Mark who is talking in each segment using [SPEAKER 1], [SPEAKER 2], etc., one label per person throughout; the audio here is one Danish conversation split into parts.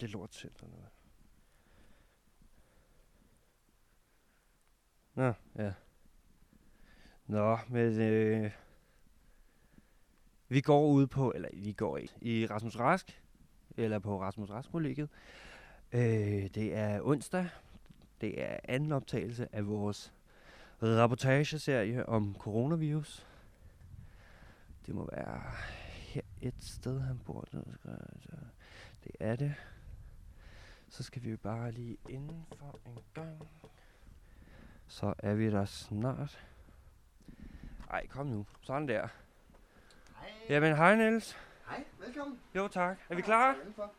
[SPEAKER 1] Det lort selv eller noget. Nå, ja. Nå, men øh, vi går ud på, eller vi går i, i Rasmus Rask, eller på Rasmus Rask kollegiet. Øh, det er onsdag. Det er anden optagelse af vores reportageserie om coronavirus. Det må være her et sted, han bor. Nu skal jeg- så- Det er det. Så skal vi jo bare lige indenfor en gang. Så er vi der snart. Ej, kom nu. Sådan der.
[SPEAKER 2] Hej.
[SPEAKER 1] Jamen, hej Niels.
[SPEAKER 2] Hej, velkommen.
[SPEAKER 1] Jo tak. Er vi
[SPEAKER 2] Hvad
[SPEAKER 1] klar?
[SPEAKER 2] har du indenfor?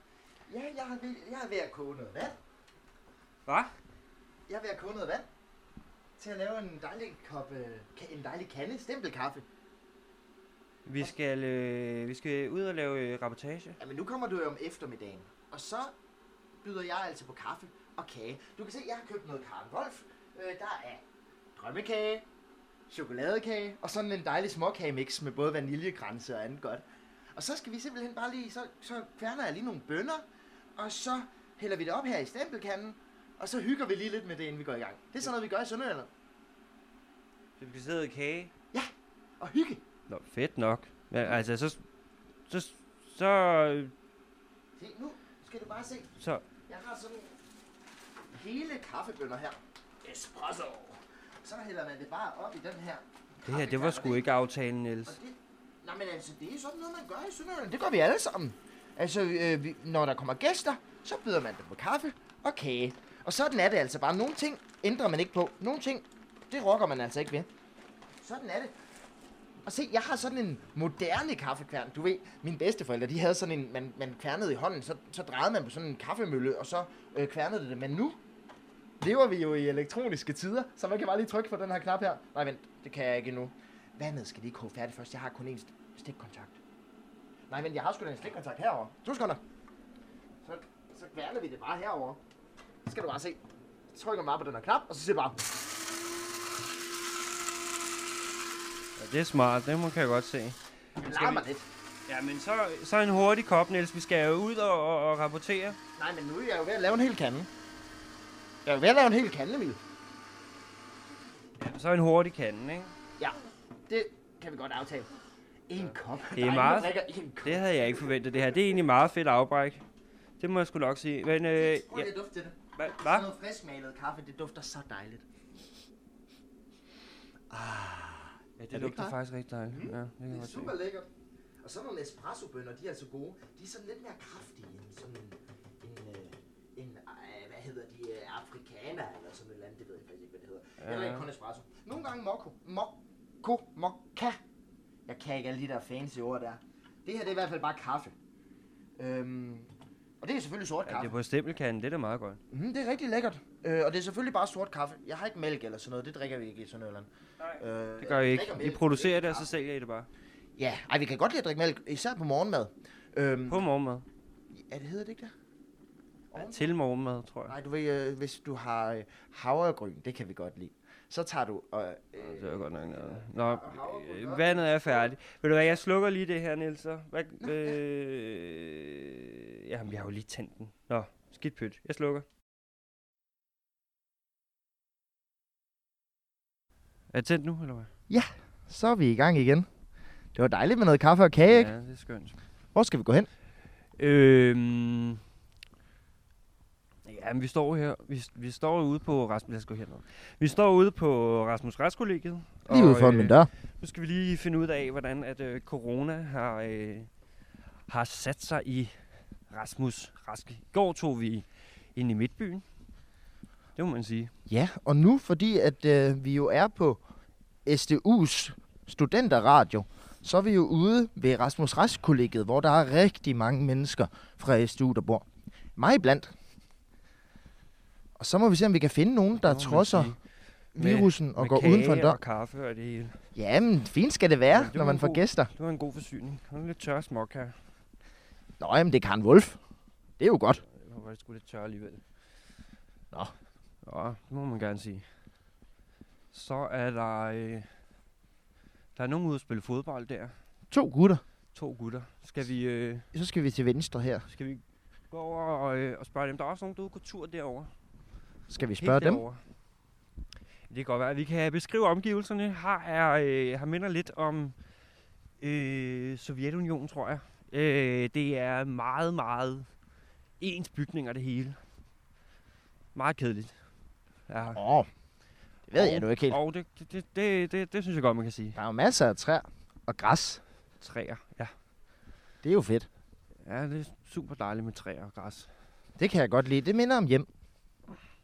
[SPEAKER 2] Ja, jeg har, ved, jeg er ved at koge noget vand.
[SPEAKER 1] Hvad?
[SPEAKER 2] Jeg er ved at koge noget vand. Til at lave en dejlig kop, øh, ka- en dejlig kande stempelkaffe.
[SPEAKER 1] Vi skal, øh, vi skal ud og lave øh, rapportage.
[SPEAKER 2] Jamen nu kommer du jo om eftermiddagen. Og så byder jeg altså på kaffe og kage. Du kan se, jeg har købt noget Karen Wolf. Øh, der er drømmekage, chokoladekage og sådan en dejlig småkagemix med både vaniljekranse og andet godt. Og så skal vi simpelthen bare lige, så, så kværner jeg lige nogle bønner, og så hælder vi det op her i stempelkanden, og så hygger vi lige lidt med det, inden vi går i gang. Det er sådan noget, vi gør i Sønderjylland.
[SPEAKER 1] Så vi sidder i kage.
[SPEAKER 2] Og hygge.
[SPEAKER 1] Nå, fedt nok. Men altså, så... Så... Så... øh,
[SPEAKER 2] Se, nu skal du bare se.
[SPEAKER 1] så
[SPEAKER 2] Jeg har sådan hele kaffebønner her. Espresso. Så hælder man det bare op i den her.
[SPEAKER 1] det her, det var sgu
[SPEAKER 2] kaffekande.
[SPEAKER 1] ikke aftalen,
[SPEAKER 2] Og
[SPEAKER 1] Niels.
[SPEAKER 2] det, nej, men altså, det er sådan noget, man gør i Sønderjylland. Det gør vi alle sammen. Altså, øh, vi, når der kommer gæster, så byder man dem på kaffe og kage. Og sådan er det altså bare. Nogle ting ændrer man ikke på. Nogle ting, det rokker man altså ikke ved. Sådan er det. Og se, jeg har sådan en moderne kaffekværn. Du ved, mine bedsteforældre, de havde sådan en, man, man kværnede i hånden, så, så drejede man på sådan en kaffemølle, og så øh, kværnede det det. Men nu lever vi jo i elektroniske tider, så man kan bare lige trykke på den her knap her. Nej, vent, det kan jeg ikke endnu. Vandet skal lige koge færdigt først. Jeg har kun én st- stikkontakt. Nej, men jeg har sgu da en stikkontakt herover. Du skal Så, så kværner vi det bare herover. Så skal du bare se. Så trykker man bare på den her knap, og så siger det bare...
[SPEAKER 1] Ja, det er smart, det må kan jeg godt se.
[SPEAKER 2] Det
[SPEAKER 1] Skal vi-
[SPEAKER 2] larmer lidt.
[SPEAKER 1] Ja, men så, så en hurtig kop, Niels. Vi skal jo ud og, og, og rapportere.
[SPEAKER 2] Nej, men nu er jeg jo ved at lave en hel kande. Jeg er jo ved at lave en hel kande, Emil.
[SPEAKER 1] Ja, så en hurtig kanden, ikke?
[SPEAKER 2] Ja, det kan vi godt aftale. En kop.
[SPEAKER 1] Det er
[SPEAKER 2] Nej,
[SPEAKER 1] meget-
[SPEAKER 2] man drikker en kop.
[SPEAKER 1] Det havde jeg ikke forventet, det her. Det er egentlig meget fedt afbræk. Det må jeg sgu nok sige. Men, øh, ja,
[SPEAKER 2] Prøv lige at dufte til det.
[SPEAKER 1] hvad?
[SPEAKER 2] Sådan
[SPEAKER 1] Hva?
[SPEAKER 2] noget friskmalet kaffe, det dufter så dejligt. Ah.
[SPEAKER 1] Ja,
[SPEAKER 2] det
[SPEAKER 1] det lugter
[SPEAKER 2] klart?
[SPEAKER 1] faktisk rigtig dejligt. Ja, det kan jeg
[SPEAKER 2] Mm. Det er
[SPEAKER 1] godt se.
[SPEAKER 2] super lækkert. Og så nogle espressobønner, de er altså gode. De er sådan lidt mere kraftige end sådan en, en, øh, en øh, hvad hedder de, øh, afrikaner eller sådan et eller andet, det ved jeg faktisk ikke, hvad det hedder.
[SPEAKER 1] Ja.
[SPEAKER 2] Eller ikke kun espresso. Nogle gange mokko, mokko, mokka. Jeg kan ikke alle de der fancy ord der. Det her, det er i hvert fald bare kaffe. Øhm, og det er selvfølgelig sort
[SPEAKER 1] Ja, det
[SPEAKER 2] kaffe.
[SPEAKER 1] er på stempelkanden, det er da meget godt.
[SPEAKER 2] Mm, det er rigtig lækkert. Øh, og det er selvfølgelig bare sort kaffe. Jeg har ikke mælk eller sådan noget. Det drikker vi ikke i Sønderjylland.
[SPEAKER 1] Nej.
[SPEAKER 2] Øh,
[SPEAKER 1] Det gør I
[SPEAKER 2] jeg
[SPEAKER 1] ikke.
[SPEAKER 2] drikker
[SPEAKER 1] I
[SPEAKER 2] mælk.
[SPEAKER 1] producerer det, og så sælger I det bare.
[SPEAKER 2] Ja, ej, vi kan godt lide at drikke mælk, især på morgenmad. Øhm,
[SPEAKER 1] På morgenmad.
[SPEAKER 2] Ja, det hedder det ikke det? Oven-
[SPEAKER 1] Til morgenmad, tror jeg.
[SPEAKER 2] Nej, du ved, øh, hvis du har øh, havregryn, det kan vi godt lide. Så tager du... Øh,
[SPEAKER 1] Nå,
[SPEAKER 2] øh,
[SPEAKER 1] Det var godt nok noget. Nå, øh, vandet er færdigt. Ved du hvad, jeg slukker lige det her, Niels. så. Hvad, øh, jamen, jeg har jo lige tændt den. Nå, skidt pyt. Jeg slukker. Er det tændt nu, eller hvad?
[SPEAKER 2] så er vi i gang igen. Det var dejligt med noget kaffe og kage, ikke?
[SPEAKER 1] Ja, det er skønt.
[SPEAKER 2] Hvor skal vi gå hen?
[SPEAKER 1] Øhm, jamen, vi står her. Vi, vi står ude på Rasmus. Lad os gå herned. Vi står ude på Rasmus Rask kollegiet.
[SPEAKER 2] Lige ude
[SPEAKER 1] øh,
[SPEAKER 2] foran min dør.
[SPEAKER 1] Nu skal vi lige finde ud af, hvordan at øh, corona har, øh, har sat sig i Rasmus Rask. I går tog vi ind i Midtbyen. Det må man sige.
[SPEAKER 2] Ja, og nu fordi, at øh, vi jo er på SDU's studenterradio, så er vi jo ude ved Rasmus Rask kollegiet, hvor der er rigtig mange mennesker fra SDU, der bor. Mig iblandt. Og så må vi se, om vi kan finde nogen, der
[SPEAKER 1] Det må man
[SPEAKER 2] trodser
[SPEAKER 1] sige. Med-
[SPEAKER 2] virussen og
[SPEAKER 1] Med
[SPEAKER 2] går
[SPEAKER 1] kage
[SPEAKER 2] uden for en dør.
[SPEAKER 1] Og kaffe og det hele.
[SPEAKER 2] Jamen, fint skal det være,
[SPEAKER 1] Ja, det
[SPEAKER 2] når
[SPEAKER 1] var
[SPEAKER 2] man
[SPEAKER 1] en
[SPEAKER 2] får
[SPEAKER 1] god-
[SPEAKER 2] gæster.
[SPEAKER 1] Det var en god forsyning. Det var lidt tør smok her.
[SPEAKER 2] Nå, jamen, det er Karen Wolf. Det er jo godt.
[SPEAKER 1] Det var faktisk lidt tør alligevel.
[SPEAKER 2] Nå.
[SPEAKER 1] Ja, det må man gerne sige. Så er der... Øh, der er nogen ude at spille fodbold der.
[SPEAKER 2] To gutter.
[SPEAKER 1] To gutter. Skal vi... Øh,
[SPEAKER 2] Så skal vi til venstre her.
[SPEAKER 1] Skal vi Gå over og, øh, og spørg dem. Der er også nogen, der er ude på tur derovre.
[SPEAKER 2] Skal vi
[SPEAKER 1] Helt
[SPEAKER 2] spørge dem?
[SPEAKER 1] derovre. Det kan godt være, at vi kan beskrive omgivelserne. Her, er, øh, her minder lidt om øh, Sovjetunionen, tror jeg. Øh, det er meget, meget ens bygninger, det hele. Meget kedeligt. Ja.
[SPEAKER 2] Åh, oh, det ved jeg nu ikke helt.
[SPEAKER 1] Og det, det, det, det, det, det synes jeg godt, man kan sige.
[SPEAKER 2] Der er jo masser af træer og græs.
[SPEAKER 1] Træer, ja.
[SPEAKER 2] Det er jo fedt.
[SPEAKER 1] Ja, det er super dejligt med træer og græs.
[SPEAKER 2] Det kan jeg godt lide. Det minder om hjem.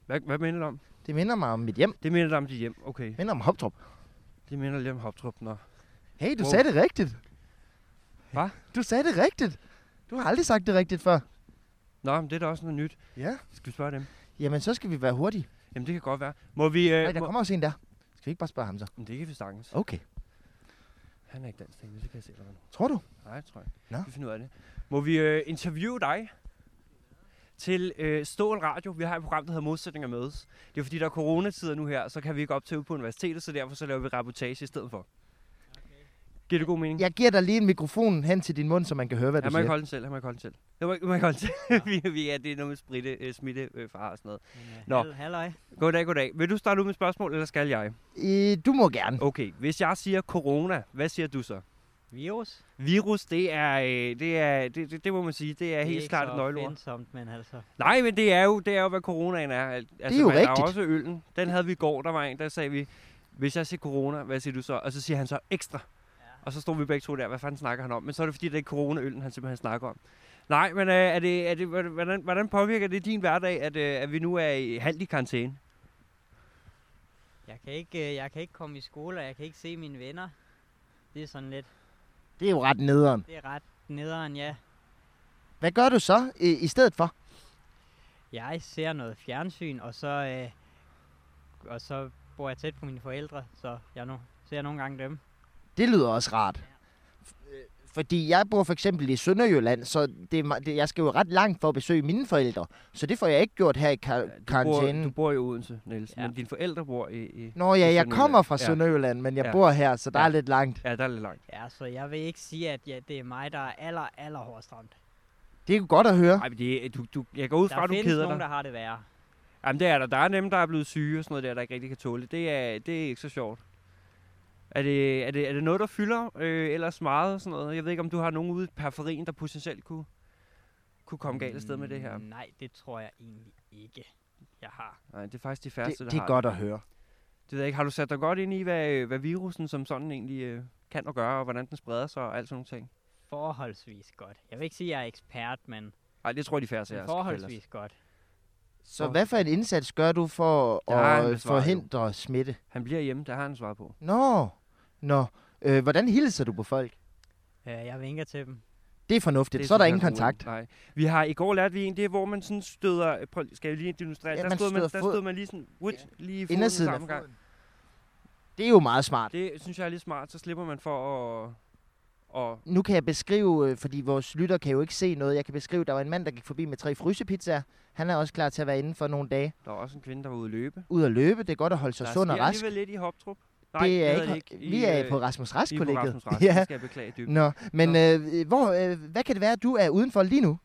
[SPEAKER 1] Hvad, hvad minder det om?
[SPEAKER 2] Det minder mig om mit hjem.
[SPEAKER 1] Det minder dig om dit hjem, okay.
[SPEAKER 2] Det minder om Hoptrup.
[SPEAKER 1] Det minder lidt om Hoptrup, nå.
[SPEAKER 2] Hey, du
[SPEAKER 1] Wow.
[SPEAKER 2] sagde det rigtigt.
[SPEAKER 1] Hva?
[SPEAKER 2] Du sagde det rigtigt. Du har aldrig sagt det rigtigt før.
[SPEAKER 1] Nå, men det er da også noget nyt.
[SPEAKER 2] Ja.
[SPEAKER 1] Skal vi spørge dem?
[SPEAKER 2] Jamen, så skal vi være hurtige.
[SPEAKER 1] Jamen, det kan godt være. Må vi... Øh,
[SPEAKER 2] Nej, der
[SPEAKER 1] må...
[SPEAKER 2] kommer også en der. Skal vi ikke bare spørge ham så?
[SPEAKER 1] Men Det kan vi sagtens.
[SPEAKER 2] Okay.
[SPEAKER 1] Han er ikke dansk teknisk, det kan jeg se allerede. nu.
[SPEAKER 2] Tror du?
[SPEAKER 1] Nej, det tror jeg.
[SPEAKER 2] Nå.
[SPEAKER 1] Vi finder ud af det. Må vi øh, interviewe dig til øh, Stål Radio? Vi har et program, der hedder Modsætninger Mødes. Det er fordi, der er coronatider nu her, så kan vi ikke optage ude på universitetet, så derfor så laver vi reportage i stedet for. Okay. Giver det god mening?
[SPEAKER 2] Jeg giver dig lige en mikrofon hen til din mund, så man kan høre, hvad
[SPEAKER 1] Han
[SPEAKER 2] du
[SPEAKER 1] må ikke
[SPEAKER 2] siger.
[SPEAKER 1] holde den selv, han må ikke holde den selv. Han må ikke, han må ikke holde den selv. vi, vi, ja, det er noget med spritte, øh, smitte, øh, far og sådan noget. Nå.
[SPEAKER 3] Nå. Halløj.
[SPEAKER 1] Goddag, goddag. Vil du starte ud med spørgsmål, eller skal jeg?
[SPEAKER 2] Øh, du må gerne.
[SPEAKER 1] Okay, hvis jeg siger corona, hvad siger du så?
[SPEAKER 3] Virus.
[SPEAKER 1] Virus, det er, øh, det, er det, det, det må man sige, det er
[SPEAKER 3] Det er
[SPEAKER 1] helt
[SPEAKER 3] ikke
[SPEAKER 1] klart
[SPEAKER 3] så
[SPEAKER 1] et nøgleord.
[SPEAKER 3] opfindsomt, men altså.
[SPEAKER 1] Nej, men det er jo, det er jo hvad coronaen er. Al- Altså,
[SPEAKER 2] jo
[SPEAKER 1] men Der er
[SPEAKER 2] rigtigt.
[SPEAKER 1] også øllen. Den havde vi i går, der var en, der sagde vi, hvis jeg siger corona, hvad siger du så? Og så siger han så ekstra. Og så stod vi begge to der, hvad fanden snakker han om? Men så er det fordi, det er coronaøllen, han simpelthen snakker om. Nej, men øh, er det, er det, hvordan, hvordan påvirker det din hverdag, at, øh, at vi nu er i halvt i karantæne?
[SPEAKER 3] Jeg kan, ikke, øh, jeg kan ikke komme i skole, og jeg kan ikke se mine venner. Det er sådan lidt.
[SPEAKER 2] Det er jo ret nederen.
[SPEAKER 3] Det er ret nederen, ja.
[SPEAKER 2] Hvad gør du så øh, i stedet for?
[SPEAKER 3] Jeg ser noget fjernsyn, og så, øh, og så bor jeg tæt på mine forældre, så jeg nu ser nogle gange dem.
[SPEAKER 2] Det lyder også rart. F- øh, Fordi jeg bor for eksempel i Sønderjylland, så det, er me- det, jeg skal jo ret langt for at besøge mine forældre. Så det får jeg ikke gjort her i kar-
[SPEAKER 1] Du bor,
[SPEAKER 2] karantænen.
[SPEAKER 1] du bor i Odense, Niels, ja.
[SPEAKER 3] Ja.
[SPEAKER 1] men dine forældre bor i... i
[SPEAKER 2] Nå ja,
[SPEAKER 1] i
[SPEAKER 2] jeg kommer fra
[SPEAKER 1] Ja.
[SPEAKER 2] Sønderjylland, men jeg
[SPEAKER 1] Ja.
[SPEAKER 2] bor her, så der
[SPEAKER 1] Ja.
[SPEAKER 2] er lidt langt.
[SPEAKER 1] Ja, der er lidt langt.
[SPEAKER 3] Ja, så jeg vil ikke sige, at ja, det er mig, der er aller, aller hårdest ramt.
[SPEAKER 2] Det er jo godt at høre.
[SPEAKER 1] Nej, men det, er- du, du, jeg går ud fra,
[SPEAKER 3] Der
[SPEAKER 1] at du
[SPEAKER 3] findes
[SPEAKER 1] keder
[SPEAKER 3] nogen,
[SPEAKER 1] dig.
[SPEAKER 3] der har det værre.
[SPEAKER 1] Jamen, det er der. Der er dem, der er blevet syge og sådan noget der, der ikke rigtig kan tåle det. Det er, det er ikke så sjovt. Er det, er det, er det noget, der fylder øh, ellers meget og sådan noget? Jeg ved ikke, om du har nogen ude i periferien, der potentielt kunne, kunne komme galt afsted med det her.
[SPEAKER 3] Mm, Nej, det tror jeg egentlig ikke, jeg har.
[SPEAKER 1] Nej, det er faktisk de
[SPEAKER 2] Det,
[SPEAKER 1] færreste, der
[SPEAKER 2] det
[SPEAKER 1] har
[SPEAKER 2] er godt at høre.
[SPEAKER 1] Det ved jeg ikke. Har du sat dig godt ind i, hvad, øh, hvad virusen som sådan egentlig øh, kan og gøre, og hvordan den spreder sig og alt sådan nogle ting?
[SPEAKER 3] Forholdsvis godt. Jeg vil ikke sige, at jeg er ekspert, men
[SPEAKER 1] Nej, det tror jeg, de færreste af
[SPEAKER 3] Men
[SPEAKER 1] os kan
[SPEAKER 3] forholdsvis godt.
[SPEAKER 2] Så hvad for en indsats gør du for
[SPEAKER 1] Der er en
[SPEAKER 2] at
[SPEAKER 1] besvarer jo.
[SPEAKER 2] forhindre smitte?
[SPEAKER 1] ellers. Han bliver hjemme, der har han svar på.
[SPEAKER 2] Nå, nå. Øh, hvordan hilser du på folk?
[SPEAKER 3] Øh, jeg vinker til dem.
[SPEAKER 2] Det er fornuftigt,
[SPEAKER 1] Det
[SPEAKER 2] så er der
[SPEAKER 1] sådan
[SPEAKER 2] ingen
[SPEAKER 1] her
[SPEAKER 2] kontakt.
[SPEAKER 1] roligt. Nej. Vi har i går lært vi en, det er, hvor man sådan støder... Prøv, lige- skal jeg lige demonstrere?
[SPEAKER 2] Ja,
[SPEAKER 1] der,
[SPEAKER 2] man
[SPEAKER 1] stod man,
[SPEAKER 2] støder
[SPEAKER 1] der
[SPEAKER 2] fod-
[SPEAKER 1] stod man lige sådan... Wood, lige i foden i
[SPEAKER 2] Indersiden af
[SPEAKER 1] samme gang.
[SPEAKER 2] Det er jo meget smart.
[SPEAKER 1] Det synes jeg er lidt smart, så slipper man for at... Og,
[SPEAKER 2] Nu kan jeg beskrive, øh, fordi vores lytter kan jo ikke se noget. Jeg kan beskrive, der var en mand, der gik forbi med tre frysepizzaer. Han er også klar til at være inde for nogle dage.
[SPEAKER 1] der er også en kvinde, der var ude at løbe.
[SPEAKER 2] Ud at løbe, det er godt at holde sig
[SPEAKER 1] der
[SPEAKER 2] sund og
[SPEAKER 1] sker
[SPEAKER 2] rask.
[SPEAKER 1] alligevel lidt i Hoptrup. Nej,
[SPEAKER 2] Det er
[SPEAKER 1] hedder
[SPEAKER 2] ikke,
[SPEAKER 1] I,
[SPEAKER 2] vi er
[SPEAKER 1] øh,
[SPEAKER 2] på
[SPEAKER 1] I
[SPEAKER 2] Rasmus
[SPEAKER 1] er på
[SPEAKER 2] Rask-kollegiet.
[SPEAKER 1] Rasmus Rask,
[SPEAKER 2] Ja. Mm.
[SPEAKER 1] det skal jeg beklage dybt.
[SPEAKER 2] Nå, men øh, hvor, øh, hvad kan det være, at du er udenfor lige nu?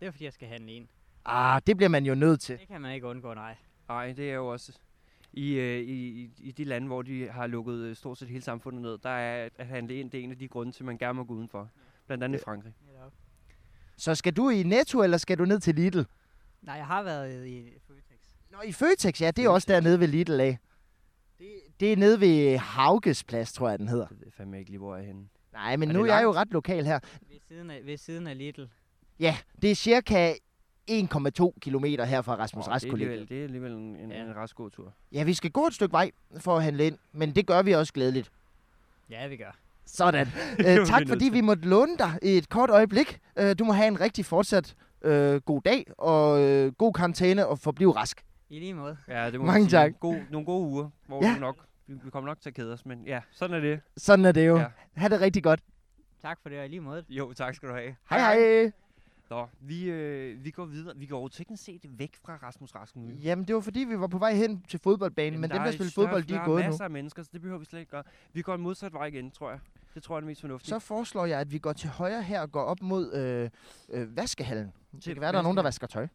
[SPEAKER 3] Det er fordi, jeg skal handle en.
[SPEAKER 2] Ah, det bliver man jo nødt til.
[SPEAKER 3] Det kan man ikke undgå, nej.
[SPEAKER 1] Nej, det er jo også... I, øh, i, i- i de lande, hvor de har lukket øh, stort set hele samfundet ned, der er at handle ind, det er en af de grunde til, at man gerne må gå udenfor. Blandt andet i Frankrig.
[SPEAKER 2] Så skal du i Netto, eller skal du ned til Lidl?
[SPEAKER 3] Nej, jeg har været i Føtex.
[SPEAKER 2] Nå, i Føtex, ja, det er også dernede ved Lidl af. Det, det er nede ved Hauges plads, tror jeg, den hedder.
[SPEAKER 1] Jeg ved fandme ikke lige, hvor jeg er henne.
[SPEAKER 2] Nej, men
[SPEAKER 1] Er
[SPEAKER 2] nu
[SPEAKER 1] det
[SPEAKER 2] er jeg jo
[SPEAKER 1] langt?
[SPEAKER 2] ret lokal her.
[SPEAKER 3] Ved siden af, ved siden af Lidl.
[SPEAKER 2] Ja, det er cirka 1,2 kilometer her fra Rasmus
[SPEAKER 1] Åh,
[SPEAKER 2] Rask
[SPEAKER 1] det, er alligevel, det er alligevel en, en,
[SPEAKER 3] Ja.
[SPEAKER 1] en ret god tur.
[SPEAKER 2] Ja, vi skal gå et stykke vej for at handle ind, men det gør vi også glædeligt.
[SPEAKER 3] Ja, vi gør.
[SPEAKER 2] Sådan.
[SPEAKER 1] var vi
[SPEAKER 2] Æ, tak
[SPEAKER 1] nødt
[SPEAKER 2] fordi
[SPEAKER 1] til.
[SPEAKER 2] vi måtte låne dig i et kort øjeblik. Æ, du må have en rigtig fortsat øh, god dag og øh, god karantæne og forblive rask.
[SPEAKER 3] I lige måde.
[SPEAKER 1] Ja, det må
[SPEAKER 2] Mange
[SPEAKER 1] man sige.
[SPEAKER 2] tak.
[SPEAKER 1] God, nogle gode uger, hvor
[SPEAKER 2] Ja.
[SPEAKER 1] ja. vi nok vi, vi kommer nok til at kede os, men ja, sådan er det.
[SPEAKER 2] Sådan er det jo.
[SPEAKER 1] Ja.
[SPEAKER 2] Ha' det rigtig godt.
[SPEAKER 3] Tak for det, og i lige måde.
[SPEAKER 1] Jo, tak skal du have.
[SPEAKER 2] Hej hej.
[SPEAKER 1] Nå, vi, øh, vi går videre. Vi går jo teknisk set væk fra Rasmus Rask nu.
[SPEAKER 2] Jamen, det var fordi, vi var på vej hen til fodboldbanen, men, men
[SPEAKER 1] Mm. der
[SPEAKER 2] dem, der
[SPEAKER 1] et
[SPEAKER 2] spiller
[SPEAKER 1] større-
[SPEAKER 2] fodbold, de
[SPEAKER 1] der
[SPEAKER 2] er gået nu.
[SPEAKER 1] masser af mennesker, så det behøver vi slet ikke gøre. Vi går en modsat vej igen, tror jeg. Det tror jeg er det mest fornuftige.
[SPEAKER 2] Så foreslår jeg, at vi går til højre her og går op mod øh, øh, vaskehallen. Det kan være, der er nogen, der vasker tøj.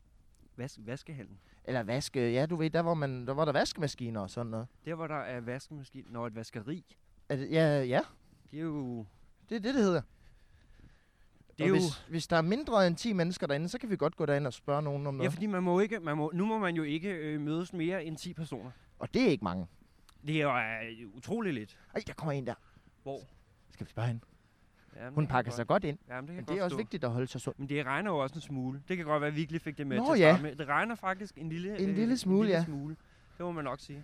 [SPEAKER 1] Vask, vaskehallen.
[SPEAKER 2] Eller vaske, ja, du ved, der hvor, man, der, hvor der er vaskemaskiner og sådan noget.
[SPEAKER 1] Der, hvor der er vaskemaskine, når et vaskeri,
[SPEAKER 2] Er det, ja, ja,
[SPEAKER 1] det er jo...
[SPEAKER 2] det er det, det hedder.
[SPEAKER 1] Det
[SPEAKER 2] og
[SPEAKER 1] er jo
[SPEAKER 2] hvis, hvis der er mindre end 10 mennesker derinde, så kan vi godt gå derind og spørge nogen om
[SPEAKER 1] ja,
[SPEAKER 2] noget.
[SPEAKER 1] fordi man må ikke, man må, nu må man jo ikke øh, mødes mere end 10 personer.
[SPEAKER 2] Og det er ikke mange.
[SPEAKER 1] Det er jo øh, utrolig lidt.
[SPEAKER 2] Ej, der kommer en der.
[SPEAKER 1] Hvor?
[SPEAKER 2] Skal vi spørge hende?
[SPEAKER 1] Jamen,
[SPEAKER 2] Hun pakker sig godt ind.
[SPEAKER 1] Jamen, det kan
[SPEAKER 2] Men
[SPEAKER 1] jeg
[SPEAKER 2] det er
[SPEAKER 1] godt
[SPEAKER 2] også
[SPEAKER 1] forstå.
[SPEAKER 2] vigtigt at holde sig sund.
[SPEAKER 1] Men det regner jo også en smule. Det kan godt være, at vi ikke lige fik det med
[SPEAKER 2] Nå,
[SPEAKER 1] til at
[SPEAKER 2] ja.
[SPEAKER 1] starte med. Det regner faktisk en lille, øh,
[SPEAKER 2] En lille smule,
[SPEAKER 1] en lille
[SPEAKER 2] ja.
[SPEAKER 1] smule. Det må man nok sige.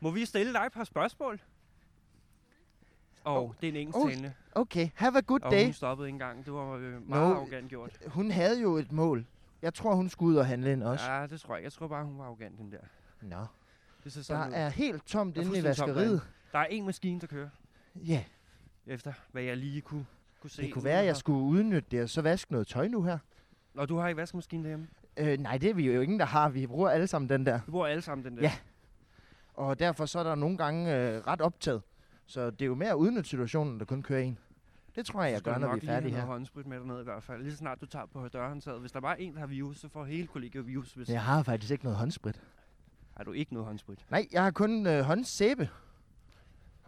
[SPEAKER 1] Må vi stille dig et par spørgsmål? Og oh, det er en engelsk
[SPEAKER 2] Oh,
[SPEAKER 1] talende.
[SPEAKER 2] Okay, have a good
[SPEAKER 1] Og
[SPEAKER 2] day.
[SPEAKER 1] hun stoppede ikke engang. Det var øh, meget
[SPEAKER 2] Nå,
[SPEAKER 1] arrogant gjort.
[SPEAKER 2] Hun havde jo et mål. Jeg tror, hun skulle ud og handle ind også.
[SPEAKER 1] Ja, det tror jeg. Jeg tror bare, hun var arrogant, den der.
[SPEAKER 2] Nå.
[SPEAKER 1] Det ser sådan
[SPEAKER 2] Der
[SPEAKER 1] der, er...
[SPEAKER 2] er helt tomt
[SPEAKER 1] Der er
[SPEAKER 2] inde i
[SPEAKER 1] fuldstændig tomt
[SPEAKER 2] vaskeriet.
[SPEAKER 1] der er én maskine, der kører.
[SPEAKER 2] Ja,
[SPEAKER 1] Efter hvad jeg lige kunne, kunne se.
[SPEAKER 2] det kunne være, at jeg
[SPEAKER 1] udenfor.
[SPEAKER 2] skulle udnytte det og så vaske noget tøj nu her.
[SPEAKER 1] Nå, du har ikke vaskemaskinen derhjemme?
[SPEAKER 2] Øh, nej, det er vi jo ingen, der har. Vi bruger alle sammen den der.
[SPEAKER 1] Vi bruger alle sammen den der.
[SPEAKER 2] Ja. Og derfor så er der nogle gange øh, ret optaget. Så det er jo mere at udnytte situationen, der kun kører en. Det tror jeg,
[SPEAKER 1] Så
[SPEAKER 2] jeg
[SPEAKER 1] skal
[SPEAKER 2] gør,
[SPEAKER 1] du
[SPEAKER 2] når
[SPEAKER 1] nok
[SPEAKER 2] vi er
[SPEAKER 1] lige have
[SPEAKER 2] færdige
[SPEAKER 1] noget
[SPEAKER 2] her.
[SPEAKER 1] håndsprit med dernede i hvert fald. Lige så snart du tager på dørhåndtaget. Hvis der bare er en, der har virus, så får hele kollegiet virus. Hvis
[SPEAKER 2] Jeg har faktisk ikke noget håndsprit.
[SPEAKER 1] Har du ikke noget håndsprit?
[SPEAKER 2] Nej, jeg har kun øh, håndsæbe.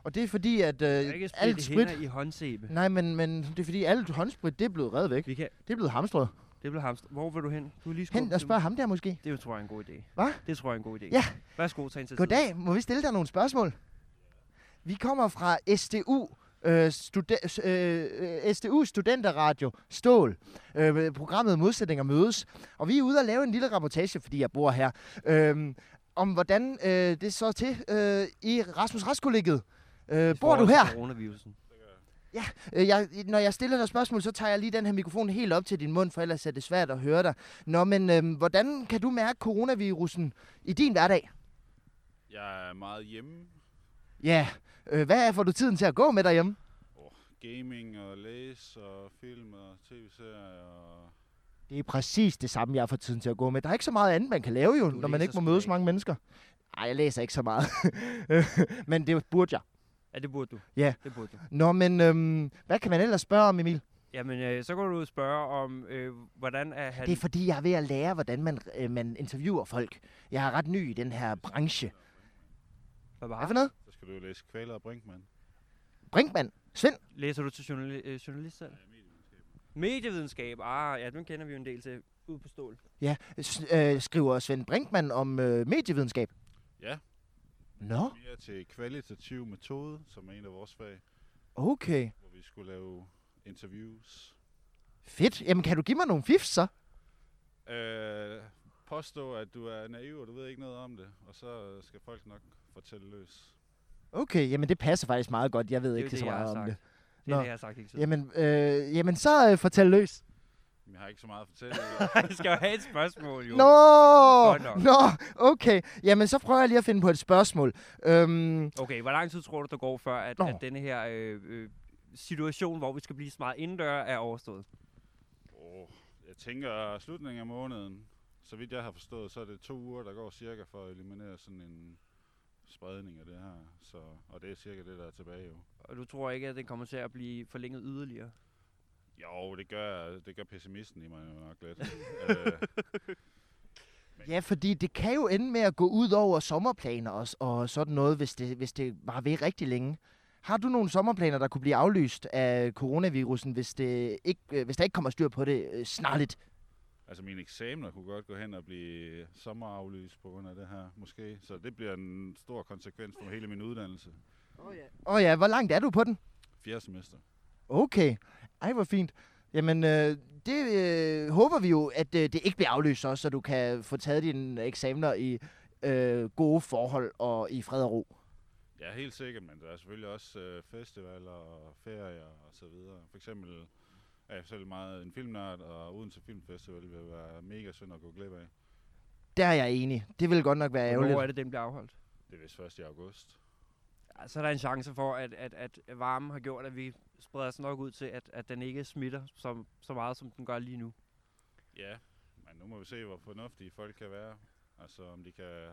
[SPEAKER 2] Og det er fordi, at
[SPEAKER 1] Der er
[SPEAKER 2] øh,
[SPEAKER 1] ikke sprit
[SPEAKER 2] alt
[SPEAKER 1] i
[SPEAKER 2] sprit...
[SPEAKER 1] hænder i håndsæbe.
[SPEAKER 2] Nej, men, men det er fordi, alt håndsprit, det er blevet reddet væk.
[SPEAKER 1] Vi kan,
[SPEAKER 2] Det er blevet hamstret.
[SPEAKER 1] det bliver hamster. Hvor vil du hen? Du er lige skubbet
[SPEAKER 2] Hent og
[SPEAKER 1] til
[SPEAKER 2] spørg ham der måske.
[SPEAKER 1] mig. Det tror jeg er en god idé.
[SPEAKER 2] Hva?
[SPEAKER 1] Det tror jeg er en god idé.
[SPEAKER 2] Ja.
[SPEAKER 1] Værsgo, tag en til side.
[SPEAKER 2] Goddag, må vi stille dig nogle spørgsmål? Vi kommer fra SDU, øh, stude- øh, SDU Studenterradio Stål. Øh, programmet Modsætninger Mødes. Og vi er ude og lave en lille rapportage, fordi jeg bor her, øh, om hvordan øh, det står til øh, i Rasmus Rask-kollegiet. Øh,
[SPEAKER 1] I
[SPEAKER 2] bor du
[SPEAKER 1] forhold til
[SPEAKER 2] her?
[SPEAKER 1] Coronavirusen.
[SPEAKER 2] Øh, jeg, når jeg stiller dig spørgsmål, så tager jeg lige den her mikrofon helt op til din mund, for ellers er det svært at høre dig. Nå, men øh, hvordan kan du mærke coronavirusen i din hverdag?
[SPEAKER 4] Jeg er meget hjemme.
[SPEAKER 2] Ja, øh, hvad får du tiden til at gå med derhjemme?
[SPEAKER 4] Gaming og læse og film og tv-serier og...
[SPEAKER 2] Det er præcis det samme, jeg får tiden til at gå med. Der er ikke så meget andet, man kan lave jo,
[SPEAKER 1] Du
[SPEAKER 2] når man
[SPEAKER 1] læser
[SPEAKER 2] ikke
[SPEAKER 1] sgu
[SPEAKER 2] må møde
[SPEAKER 1] da
[SPEAKER 2] så
[SPEAKER 1] ikke.
[SPEAKER 2] mange mennesker. Nej, jeg læser ikke så meget. Øh, men det burde jeg.
[SPEAKER 1] Ja, det burde du.
[SPEAKER 2] Ja.
[SPEAKER 1] Det burde du.
[SPEAKER 2] Nå, men øhm, hvad kan man ellers spørge om, Emil?
[SPEAKER 1] Jamen, øh, så kan du spørge om, øh, hvordan er han...
[SPEAKER 2] Det er fordi, jeg er ved at lære, hvordan man, øh, man interviewer folk. Jeg er ret ny i den her branche.
[SPEAKER 1] Hvad
[SPEAKER 2] Hvad for
[SPEAKER 1] var?
[SPEAKER 2] noget?
[SPEAKER 4] Så skal du jo læse Kvaler og Brinkmann.
[SPEAKER 2] Brinkmann? Svend?
[SPEAKER 1] Læser du til journali- øh, journalist selv? Medievidenskab. Ah, ja, den kender vi jo en del til. Ude på stål.
[SPEAKER 2] Ja, s- øh, skriver Svend Brinkmann om øh, medievidenskab.
[SPEAKER 4] Ja.
[SPEAKER 2] Nå,
[SPEAKER 4] Mere til kvalitativ metode, som er en af vores fag,
[SPEAKER 2] okay.
[SPEAKER 4] hvor vi skulle lave interviews.
[SPEAKER 2] Fedt. Jamen, kan du give mig nogle fifs så?
[SPEAKER 4] Øh, påstå, at du er naiv, og du ved ikke noget om det, og så skal folk nok fortælle løs.
[SPEAKER 2] Okay, jamen det passer faktisk meget godt. Jeg ved
[SPEAKER 1] Det er
[SPEAKER 2] ikke
[SPEAKER 1] jo
[SPEAKER 2] så
[SPEAKER 1] det, jeg
[SPEAKER 2] meget
[SPEAKER 1] har sagt.
[SPEAKER 2] om det.
[SPEAKER 1] Det er
[SPEAKER 2] Nå.
[SPEAKER 1] det, jeg har sagt hele tiden.
[SPEAKER 2] Jamen, øh, jamen så øh, fortæl løs.
[SPEAKER 4] Men jeg har ikke så meget at fortælle.
[SPEAKER 1] Jeg skal jo have et spørgsmål, jo.
[SPEAKER 2] Nå,
[SPEAKER 1] nok.
[SPEAKER 2] nå, okay. Jamen, så prøver jeg lige at finde på et spørgsmål. Øhm,
[SPEAKER 1] Okay, hvor lang tid tror du, der går før, at,
[SPEAKER 2] Nå.
[SPEAKER 1] at denne her øh, øh, situation, hvor vi skal blive smart indendør, er overstået?
[SPEAKER 4] oh, jeg tænker, slutningen af måneden, så vidt jeg har forstået, så er det to uger, der går cirka for at eliminere sådan en spredning af det her. Så, og det er cirka det, der er tilbage jo.
[SPEAKER 1] Og du tror ikke, at den kommer til at blive forlænget yderligere?
[SPEAKER 4] Jo, det gør, det gør pessimisten i mig jo nok lidt. øh,
[SPEAKER 2] ja, fordi det kan jo ende med at gå ud over sommerplaner og, og sådan noget, hvis det, hvis det var ved rigtig længe. Har du nogle sommerplaner, der kunne blive aflyst af coronavirusen, hvis, det ikke, øh, hvis der ikke kommer styr på det øh, snarligt?
[SPEAKER 4] altså mine eksamener kunne godt gå hen og blive sommeraflyst på grund af det her, måske. Så det bliver en stor konsekvens for hele min uddannelse.
[SPEAKER 2] Åh ja, hvor langt er du på den?
[SPEAKER 4] Fjerde semester.
[SPEAKER 2] Okay. Ej, hvor fint. Jamen, øh, det øh, håber vi jo, at øh, det ikke bliver aflyst også, så du kan få taget dine eksamener i øh, gode forhold og i fred og ro.
[SPEAKER 4] Ja, helt sikkert, men der er selvfølgelig også øh, festivaler og ferier og så videre. For eksempel er jeg selv meget en filmnørd, og Odense Filmfestival vil være mega synd at gå glip af.
[SPEAKER 2] Der er jeg enig. Det vil godt nok være ærgerligt.
[SPEAKER 1] Hvor er det, den bliver afholdt?
[SPEAKER 4] Det er vist først i august.
[SPEAKER 1] Ja, så er der en chance for, at, at, at varmen har gjort, at vi spreder os nok ud til, at, at den ikke smitter så, så meget, som den gør lige nu.
[SPEAKER 4] Ja, men nu må vi se, hvor fornuftige folk kan være. Altså om de kan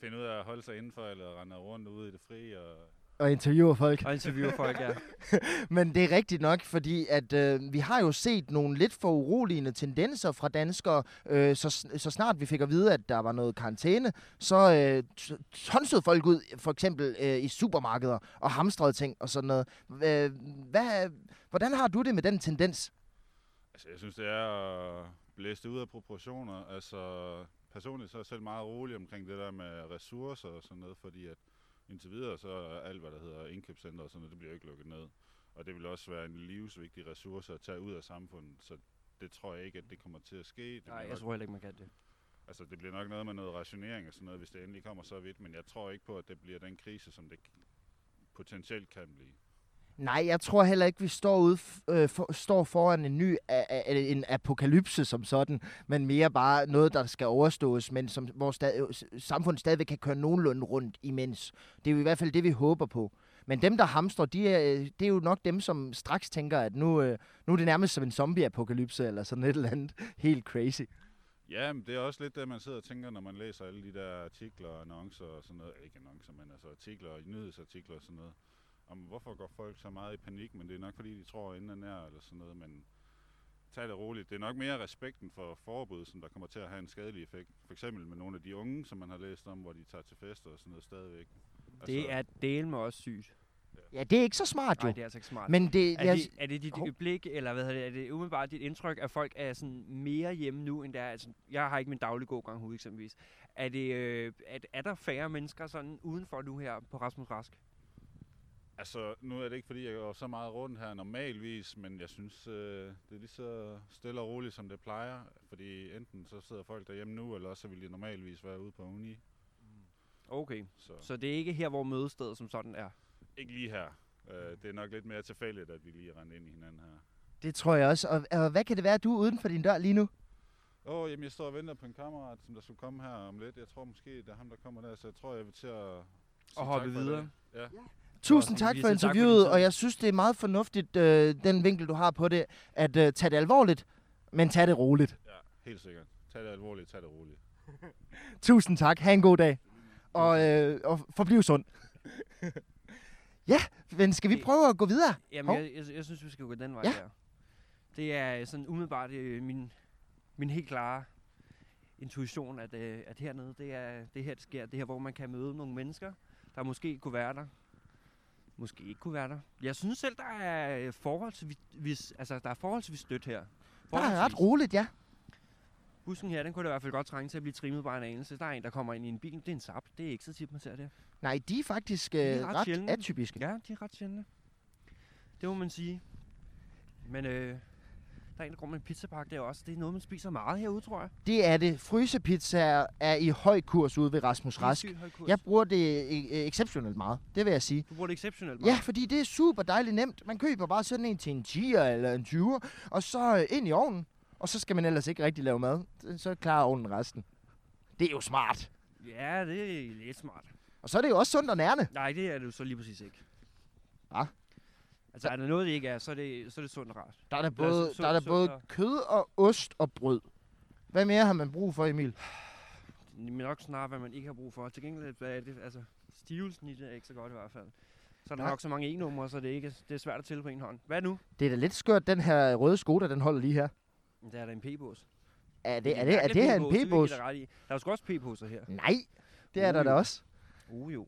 [SPEAKER 4] finde ud af at holde sig indenfor, eller rende rundt ude i det frie, og
[SPEAKER 2] og interviewer folk.
[SPEAKER 1] Og interviewer folk, ja.
[SPEAKER 2] Men det er rigtigt nok, fordi at øh, vi har jo set nogle lidt for uroligende tendenser fra danskere. Øh, så, sn- så snart vi fik at vide, at der var noget karantæne, så øh, t- tonsede folk ud, for eksempel øh, i supermarkeder og hamstrede ting og sådan noget. Øh, hvad, hvordan har du det med den tendens?
[SPEAKER 4] Altså, jeg synes, det er øh, blæst ud af proportioner. Altså, personligt så er jeg selv meget rolig omkring det der med ressourcer og sådan noget, fordi at indtil videre så er alt, hvad der hedder indkøbscenter og sådan noget, det bliver ikke lukket ned. Og det vil også være en livsvigtig ressource at tage ud af samfundet, så det tror jeg ikke, at det kommer til at ske. Det
[SPEAKER 1] Nej,
[SPEAKER 4] bliver
[SPEAKER 1] jeg
[SPEAKER 4] nok-
[SPEAKER 1] tror heller ikke, man kan det.
[SPEAKER 4] Altså, det bliver nok noget med noget rationering og sådan noget, hvis det endelig kommer så vidt, men jeg tror ikke på, at det bliver den krise, som det k- potentielt kan blive.
[SPEAKER 2] Nej, jeg tror heller ikke, vi står, ude, f- øh, for, står foran en ny a- a- a- en apokalypse som sådan, men mere bare noget, der skal overstås, men som, hvor stad, s- samfundet stadigvæk kan køre nogenlunde rundt imens. Det er jo i hvert fald det, vi håber på. Men dem, der hamstrer, de er, øh, det er jo nok dem, som straks tænker, at nu, øh, nu er det nærmest som en zombie-apokalypse eller sådan et eller andet. Helt crazy.
[SPEAKER 4] Ja, men det er også lidt det, man sidder og tænker, når man læser alle de der artikler og annoncer og sådan noget. Ikke annoncer, men altså artikler og nyhedsartikler og sådan noget. Om hvorfor går folk så meget i panik, men det er nok fordi, de tror, at enden er nær eller sådan noget. Men tag det roligt. Det er nok mere respekten for forbud, som der kommer til at have en skadelig effekt. For eksempel med nogle af de unge, som man har læst om, hvor de tager til fester og sådan noget stadigvæk. Altså,
[SPEAKER 1] Det er del med også sygt.
[SPEAKER 2] Ja, det er ikke så smart jo.
[SPEAKER 1] Nej, det er altså ikke smart.
[SPEAKER 2] Men det,
[SPEAKER 1] er,
[SPEAKER 2] jeg,
[SPEAKER 1] det, er det dit
[SPEAKER 2] Hov.
[SPEAKER 1] blik, eller hvad hedder det, er det umiddelbart dit indtryk, at folk er sådan mere hjemme nu, end der er? Altså, jeg har ikke min daglige gågang herude eksempelvis. Er, det, øh, er, er der færre mennesker sådan udenfor nu her på Rasmus Rask?
[SPEAKER 4] Altså, nu er det ikke, fordi jeg går så meget rundt her normalvis, men jeg synes, øh, det er lige så stille og roligt, som det plejer. Fordi enten så sidder folk derhjemme nu, eller også så vil de normalvis være ude på uni.
[SPEAKER 1] Okay,
[SPEAKER 4] Så
[SPEAKER 1] så det er ikke her, hvor mødestedet som sådan er.
[SPEAKER 4] ikke lige her. Øh, det er nok lidt mere tilfældigt, at vi lige rendte ind i hinanden her.
[SPEAKER 2] det tror jeg også. Og, og hvad kan det være, at du er uden for din dør lige nu?
[SPEAKER 4] Åh, oh, jamen jeg står og venter på en kammerat, som der skulle komme her om lidt. Jeg tror måske, det er ham, der kommer der, så jeg tror, jeg vil til at... sige
[SPEAKER 1] Og
[SPEAKER 4] tak
[SPEAKER 1] hoppe
[SPEAKER 4] for i dag.
[SPEAKER 1] videre.
[SPEAKER 2] Tusind
[SPEAKER 1] Godt.
[SPEAKER 2] tak
[SPEAKER 1] Vi
[SPEAKER 2] for
[SPEAKER 1] siger tak for din
[SPEAKER 2] interviewet,
[SPEAKER 1] tid.
[SPEAKER 2] og jeg synes, det er meget fornuftigt, øh, den vinkel, du har på det, at øh, tage det alvorligt, men tage det roligt.
[SPEAKER 4] Ja, helt sikkert. Tag det alvorligt, tag det roligt.
[SPEAKER 2] Tusind tak, ha' en god dag, og, øh, og forbliv sund. ja, men skal vi
[SPEAKER 1] Det-
[SPEAKER 2] prøve at gå videre?
[SPEAKER 1] Jamen,
[SPEAKER 2] Hov.
[SPEAKER 1] jeg, jeg, jeg synes, vi skal gå den vej
[SPEAKER 2] Ja.
[SPEAKER 1] der. Det er sådan umiddelbart øh, min, min helt klare intuition, at, øh, at hernede, det er det er her, det sker. Det er her, hvor man kan møde nogle mennesker, der måske kunne være der. Måske ikke kunne være der. Jeg synes selv, der er øh, forholdsvis, altså, der er forholdsvis dødt her.
[SPEAKER 2] Der er ret
[SPEAKER 1] Forholdsvis.
[SPEAKER 2] roligt, ja.
[SPEAKER 1] Bussen her, den kunne da i hvert fald godt trænge til at blive trimmet bare en anelse. Der er en, der kommer ind i en bil. Det er en sap. Det er ikke så tit, man ser det.
[SPEAKER 2] Nej, de er faktisk øh,
[SPEAKER 1] er ret
[SPEAKER 2] ret, ret
[SPEAKER 1] sjældne.
[SPEAKER 2] atypiske.
[SPEAKER 1] Ja, de er ret sjældne. Det må man sige. Men øh, der er en, der går med en pizzapakke der også. Det er noget, man spiser meget herude, tror jeg.
[SPEAKER 2] Det er det. Frysepizzaer er i høj kurs ude ved Rasmus
[SPEAKER 1] Det er
[SPEAKER 2] Rask.
[SPEAKER 1] sygt høj kurs.
[SPEAKER 2] Jeg bruger det øh, exceptionelt meget, det vil jeg sige.
[SPEAKER 1] Du bruger det exceptionelt meget.
[SPEAKER 2] Ja, fordi det er super dejligt nemt. Man køber bare sådan en til en 10'er eller en 20'er, og så øh, ind i ovnen. Og så skal man ellers ikke rigtig lave mad. Så klarer ovnen resten. Det er jo smart.
[SPEAKER 1] Ja, det er lidt smart.
[SPEAKER 2] Og så er det jo også sundt og nærende.
[SPEAKER 1] Nej, det er det jo så lige præcis ikke.
[SPEAKER 2] Hva?
[SPEAKER 1] Altså, er der noget, det ikke er, så er det, så er det sundt og rart.
[SPEAKER 2] Der er der
[SPEAKER 1] er
[SPEAKER 2] både,
[SPEAKER 1] sundt-
[SPEAKER 2] der er der
[SPEAKER 1] sundt
[SPEAKER 2] både
[SPEAKER 1] og-
[SPEAKER 2] kød og ost og brød. Hvad mere har man brug for, Emil?
[SPEAKER 1] Men nok snart, hvad man ikke har brug for. Til gengæld hvad er det, altså, stivelsen i det er ikke så godt i hvert fald. Så er der
[SPEAKER 2] Nej.
[SPEAKER 1] nok så mange e-numre, så det, er ikke, det er svært at tælle på en hånd. Hvad nu?
[SPEAKER 2] Det er da lidt skørt, den her røde Skoda, den holder lige her.
[SPEAKER 1] Der er der en p-bås.
[SPEAKER 2] Er det, er det, er
[SPEAKER 1] mærkelig
[SPEAKER 2] det her en
[SPEAKER 1] p-bås, vil jeg
[SPEAKER 2] p-bås?
[SPEAKER 1] give dig ret i. Der er jo sgu også p-poser her.
[SPEAKER 2] Nej, det er der
[SPEAKER 1] Uh.
[SPEAKER 2] da også.
[SPEAKER 1] Uh, jo.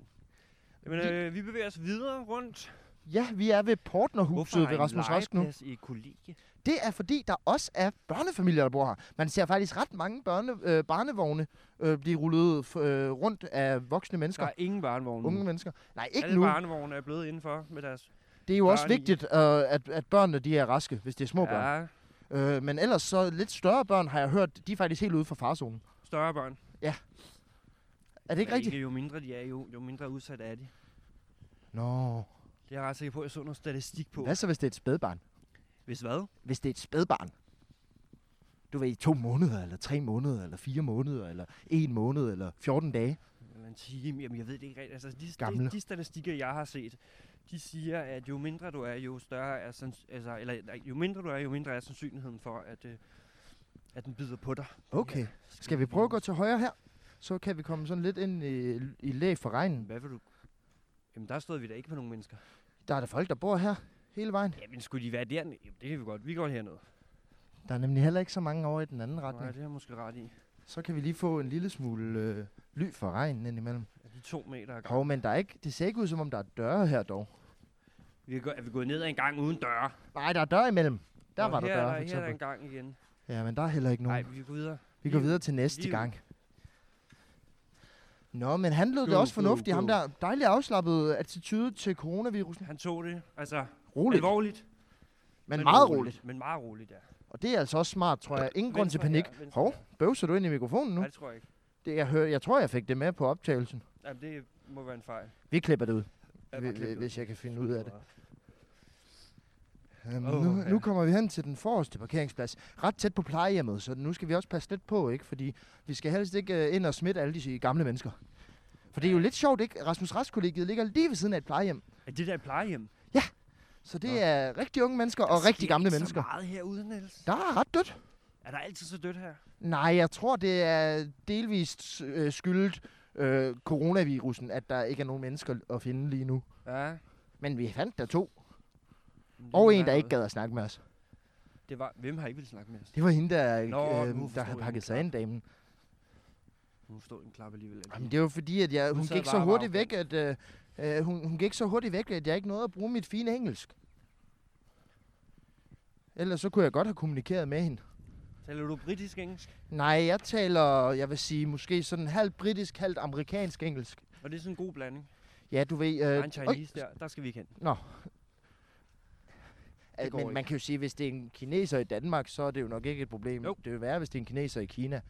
[SPEAKER 1] Jamen, øh, vi bevæger os videre rundt.
[SPEAKER 2] Ja, vi er ved
[SPEAKER 1] Hvorfor er
[SPEAKER 2] Portnerhuset
[SPEAKER 1] der
[SPEAKER 2] ved
[SPEAKER 1] en
[SPEAKER 2] Rasmus Rask nu.
[SPEAKER 1] legeplads i et kollegie?
[SPEAKER 2] Det er fordi, der også er børnefamilier, der bor her. Man ser faktisk ret mange børne, øh, barnevogne øh, blive rullet f- øh, rundt af voksne mennesker.
[SPEAKER 1] Der er
[SPEAKER 2] Nej.
[SPEAKER 1] ingen barnevogne.
[SPEAKER 2] Unge mennesker. Nej, ikke
[SPEAKER 1] Alle
[SPEAKER 2] nu.
[SPEAKER 1] barnevogne er blevet indenfor med deres
[SPEAKER 2] Det er jo også
[SPEAKER 1] børn i-
[SPEAKER 2] vigtigt, øh, at, at børnene de er raske, hvis det er små ja. børn.
[SPEAKER 1] ja,
[SPEAKER 2] Øh, men ellers så lidt større børn, har jeg hørt, de er faktisk helt ude for farzonen.
[SPEAKER 1] større børn. Det
[SPEAKER 2] Er det ikke rigtigt?
[SPEAKER 1] Ikke, jo mindre de er, jo, jo mindre udsat er de.
[SPEAKER 2] Nå,
[SPEAKER 1] Det er jeg ret sikker på, at jeg så noget statistik på.
[SPEAKER 2] hvad så hvis det er et spædbarn?
[SPEAKER 1] Hvis hvad?
[SPEAKER 2] Hvis det er et spædbarn? Du ved, i to måneder, eller tre måneder, eller fire måneder, eller en måned, eller 14 dage.
[SPEAKER 1] Eller en time? Jamen, jeg ved det ikke rigtigt. Altså, de,
[SPEAKER 2] Gamle.
[SPEAKER 1] de, de statistikker, jeg har set, de siger, at jo mindre du er, jo større er sands- altså, eller, nej, jo mindre du er, jo mindre er sandsynligheden for, at, øh, at den bider på dig.
[SPEAKER 2] Okay, skal vi prøve at gå til højre her? Så kan vi komme sådan lidt ind i, i læg for regnen.
[SPEAKER 1] Hvad vil du? Jamen, der stod vi da ikke på nogen mennesker.
[SPEAKER 2] Der er der folk, der bor her hele vejen.
[SPEAKER 1] Jamen, skulle de være dernede? Jamen, det kan vi godt. Vi går hernede.
[SPEAKER 2] Der er nemlig heller ikke så mange over i den anden
[SPEAKER 1] Nej,
[SPEAKER 2] retning.
[SPEAKER 1] det er jeg måske ret i.
[SPEAKER 2] Så kan vi lige få en lille smule øh, ly for regnen indimellem.
[SPEAKER 1] Er de to meter? ad gangen?
[SPEAKER 2] Hov, men der er ikke, det ser ikke ud, som om der er døre her dog.
[SPEAKER 1] Vi er, gå- er vi gået ned ad en gang uden døre?
[SPEAKER 2] Nej, der er døre imellem. Der
[SPEAKER 1] Og
[SPEAKER 2] var der
[SPEAKER 1] her, er
[SPEAKER 2] døre,
[SPEAKER 1] der,
[SPEAKER 2] for
[SPEAKER 1] her er der en
[SPEAKER 2] eksempel.
[SPEAKER 1] gang igen.
[SPEAKER 2] Ja, men der er heller ikke
[SPEAKER 1] Nej,
[SPEAKER 2] nogen.
[SPEAKER 1] vi går videre.
[SPEAKER 2] Vi går
[SPEAKER 1] liv.
[SPEAKER 2] videre til næste
[SPEAKER 1] Liv.
[SPEAKER 2] gang. Nå, men han lød det
[SPEAKER 1] Go,
[SPEAKER 2] også
[SPEAKER 1] go,
[SPEAKER 2] fornuftigt. Ham
[SPEAKER 1] go.
[SPEAKER 2] der dejlig afslappet attitude til coronavirusen.
[SPEAKER 1] Han tog det. Altså,
[SPEAKER 2] Roligt,
[SPEAKER 1] alvorligt.
[SPEAKER 2] men meget roligt.
[SPEAKER 1] Men meget roligt, ja.
[SPEAKER 2] Og det er altså også smart, tror jeg. Ingen
[SPEAKER 1] Venstre
[SPEAKER 2] grund til
[SPEAKER 1] her,
[SPEAKER 2] panik.
[SPEAKER 1] venstre
[SPEAKER 2] Hov,
[SPEAKER 1] her.
[SPEAKER 2] bøvser du ind i mikrofonen nu?
[SPEAKER 1] Nej, det tror jeg ikke.
[SPEAKER 2] Det, jeg, hører, jeg tror, jeg fik det med på optagelsen.
[SPEAKER 1] Jamen, det må være en fejl.
[SPEAKER 2] Vi klipper det ud,
[SPEAKER 1] Jeg
[SPEAKER 2] hvi-
[SPEAKER 1] bare klippet.
[SPEAKER 2] hvis jeg kan finde ud af det. Jamen,
[SPEAKER 1] Åh,
[SPEAKER 2] nu,
[SPEAKER 1] ja.
[SPEAKER 2] nu kommer vi hen til den forreste parkeringsplads, ret tæt på plejehjemmet, så nu skal vi også passe lidt på, ikke? Fordi vi skal helst ikke øh, ind og smitte alle de gamle mennesker. For det er jo lidt sjovt, ikke? Rasmus Rask-kollegiet ligger lige ved siden af et plejehjem.
[SPEAKER 1] Er det der et plejehjem?
[SPEAKER 2] Så det
[SPEAKER 1] Nå.
[SPEAKER 2] er rigtig unge mennesker og rigtig gamle mennesker.
[SPEAKER 1] Der er meget herude, Niels.
[SPEAKER 2] Der er ret dødt.
[SPEAKER 1] Er der altid så dødt her?
[SPEAKER 2] Nej, jeg tror, det er delvist øh, skyldet øh, coronavirusen, at der ikke er nogen mennesker at finde lige nu.
[SPEAKER 1] Ja.
[SPEAKER 2] Men vi fandt der to. Og en, der ikke gad at snakke med os.
[SPEAKER 1] Det var, hvem har ikke ville snakke med os?
[SPEAKER 2] Det var hende,
[SPEAKER 1] Nå,
[SPEAKER 2] der,
[SPEAKER 1] nu
[SPEAKER 2] Nå, øh,
[SPEAKER 1] forstod
[SPEAKER 2] der
[SPEAKER 1] jeg
[SPEAKER 2] havde
[SPEAKER 1] den
[SPEAKER 2] pakket sig
[SPEAKER 1] klart.
[SPEAKER 2] ind, damen.
[SPEAKER 1] Hun stod en klap alligevel.
[SPEAKER 2] Jamen, det var fordi, at jeg,
[SPEAKER 1] Hun
[SPEAKER 2] hun,
[SPEAKER 1] sad
[SPEAKER 2] gik
[SPEAKER 1] bare
[SPEAKER 2] så
[SPEAKER 1] og var
[SPEAKER 2] hurtigt væk, at... Øh, øh, hun, hun gik så hurtigt væk, at jeg ikke nåede at bruge mit fine engelsk. Ellers så kunne jeg godt have kommunikeret med hende.
[SPEAKER 1] Taler du britisk engelsk?
[SPEAKER 2] Nej, jeg taler, jeg vil sige, måske sådan halvt britisk, halvt amerikansk engelsk.
[SPEAKER 1] Og det er sådan en god blanding.
[SPEAKER 2] Ja, du ved... Øh,
[SPEAKER 1] Der er en
[SPEAKER 2] øj,
[SPEAKER 1] Chinese der. Der skal vi ikke hen.
[SPEAKER 2] Al-
[SPEAKER 1] går
[SPEAKER 2] men
[SPEAKER 1] ikke.
[SPEAKER 2] man kan jo sige, at hvis det er en kineser i Danmark, så er det jo nok ikke et problem.
[SPEAKER 1] Jo.
[SPEAKER 2] Det vil være, hvis det er en kineser i Kina.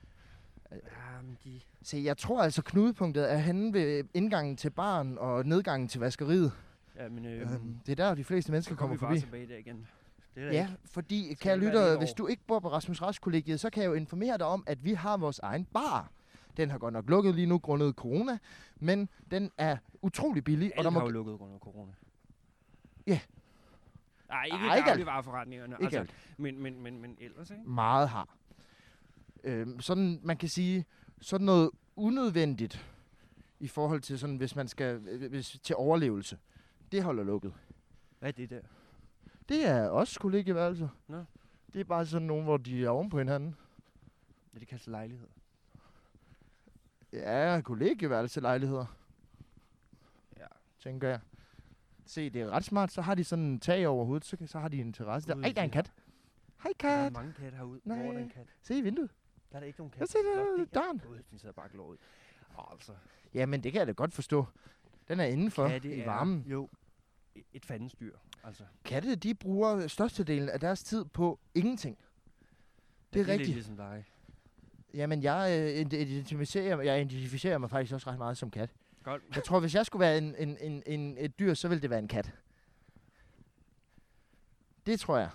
[SPEAKER 1] Jamen, de...
[SPEAKER 2] Se, jeg tror altså, knudepunktet er henne ved indgangen til baren og nedgangen til vaskeriet.
[SPEAKER 1] Ja, men øh,
[SPEAKER 2] Øhm, det er der, de fleste mennesker
[SPEAKER 1] så
[SPEAKER 2] kommer
[SPEAKER 1] kommer vi
[SPEAKER 2] forbi.
[SPEAKER 1] bare tilbage der igen. Det er der
[SPEAKER 2] Ja,
[SPEAKER 1] ikke.
[SPEAKER 2] fordi,
[SPEAKER 1] Så
[SPEAKER 2] kære
[SPEAKER 1] det kan være
[SPEAKER 2] lytter,
[SPEAKER 1] lidt
[SPEAKER 2] hvis
[SPEAKER 1] over.
[SPEAKER 2] du ikke bor på Rasmus Rask kollegiet, så kan jeg jo informere dig om, at vi har vores egen bar. Den har godt nok lukket lige nu grundet corona, men den er utrolig billig.
[SPEAKER 1] Alt
[SPEAKER 2] der
[SPEAKER 1] har jo lukket under corona.
[SPEAKER 2] Ja.
[SPEAKER 1] Nej, ikke,
[SPEAKER 2] Ej, ikke alt.
[SPEAKER 1] dagligvareforretningerne.
[SPEAKER 2] Ikke
[SPEAKER 1] altså,
[SPEAKER 2] alt.
[SPEAKER 1] Men, men, men, men ellers, ikke?
[SPEAKER 2] meget har. Øhm, sådan, man kan sige, sådan noget unødvendigt i forhold til sådan, hvis man skal, øh, hvis, til overlevelse. Det holder lukket.
[SPEAKER 1] Hvad er det der?
[SPEAKER 2] Det er også kollegieværelser.
[SPEAKER 1] Nå.
[SPEAKER 2] Det er bare sådan nogle, hvor de er oven på hinanden.
[SPEAKER 1] Ja, det kaldes lejlighed.
[SPEAKER 2] Ja, kollegieværelselejligheder.
[SPEAKER 1] Ja.
[SPEAKER 2] Tænker jeg. Se, det er ret smart. Så har de sådan en tag over hovedet, så, kan- så har de en terrasse der.
[SPEAKER 1] Ude
[SPEAKER 2] Ej,
[SPEAKER 1] i
[SPEAKER 2] der er en
[SPEAKER 1] det her.
[SPEAKER 2] kat. Hej
[SPEAKER 1] Der er
[SPEAKER 2] kat.
[SPEAKER 1] mange katte herude.
[SPEAKER 2] Nej.
[SPEAKER 1] Hvor er der en kat?
[SPEAKER 2] Se i vinduet.
[SPEAKER 1] Der er der ikke nogen kat.
[SPEAKER 2] Jeg ser der,
[SPEAKER 1] Nå,
[SPEAKER 2] der,
[SPEAKER 1] det er
[SPEAKER 2] døren.
[SPEAKER 1] Gud, den sidder bare og glår ud. Åh, Altså,
[SPEAKER 2] Jamen, det kan jeg da godt forstå. Den er indenfor
[SPEAKER 1] katte
[SPEAKER 2] i
[SPEAKER 1] er
[SPEAKER 2] varmen.
[SPEAKER 1] Jo, e- et fandens dyr. Altså, det,
[SPEAKER 2] Katte, de bruger størstedelen af deres tid på ingenting. Det er
[SPEAKER 1] det er lidt
[SPEAKER 2] rigtigt.
[SPEAKER 1] ligesom dig.
[SPEAKER 2] Jamen, jeg, øh, ident- identificerer, jeg identificerer mig faktisk også ret meget som kat.
[SPEAKER 1] Godt.
[SPEAKER 2] Jeg tror, hvis jeg skulle være en, en, en, en, et dyr, så ville det være en kat. Det tror jeg.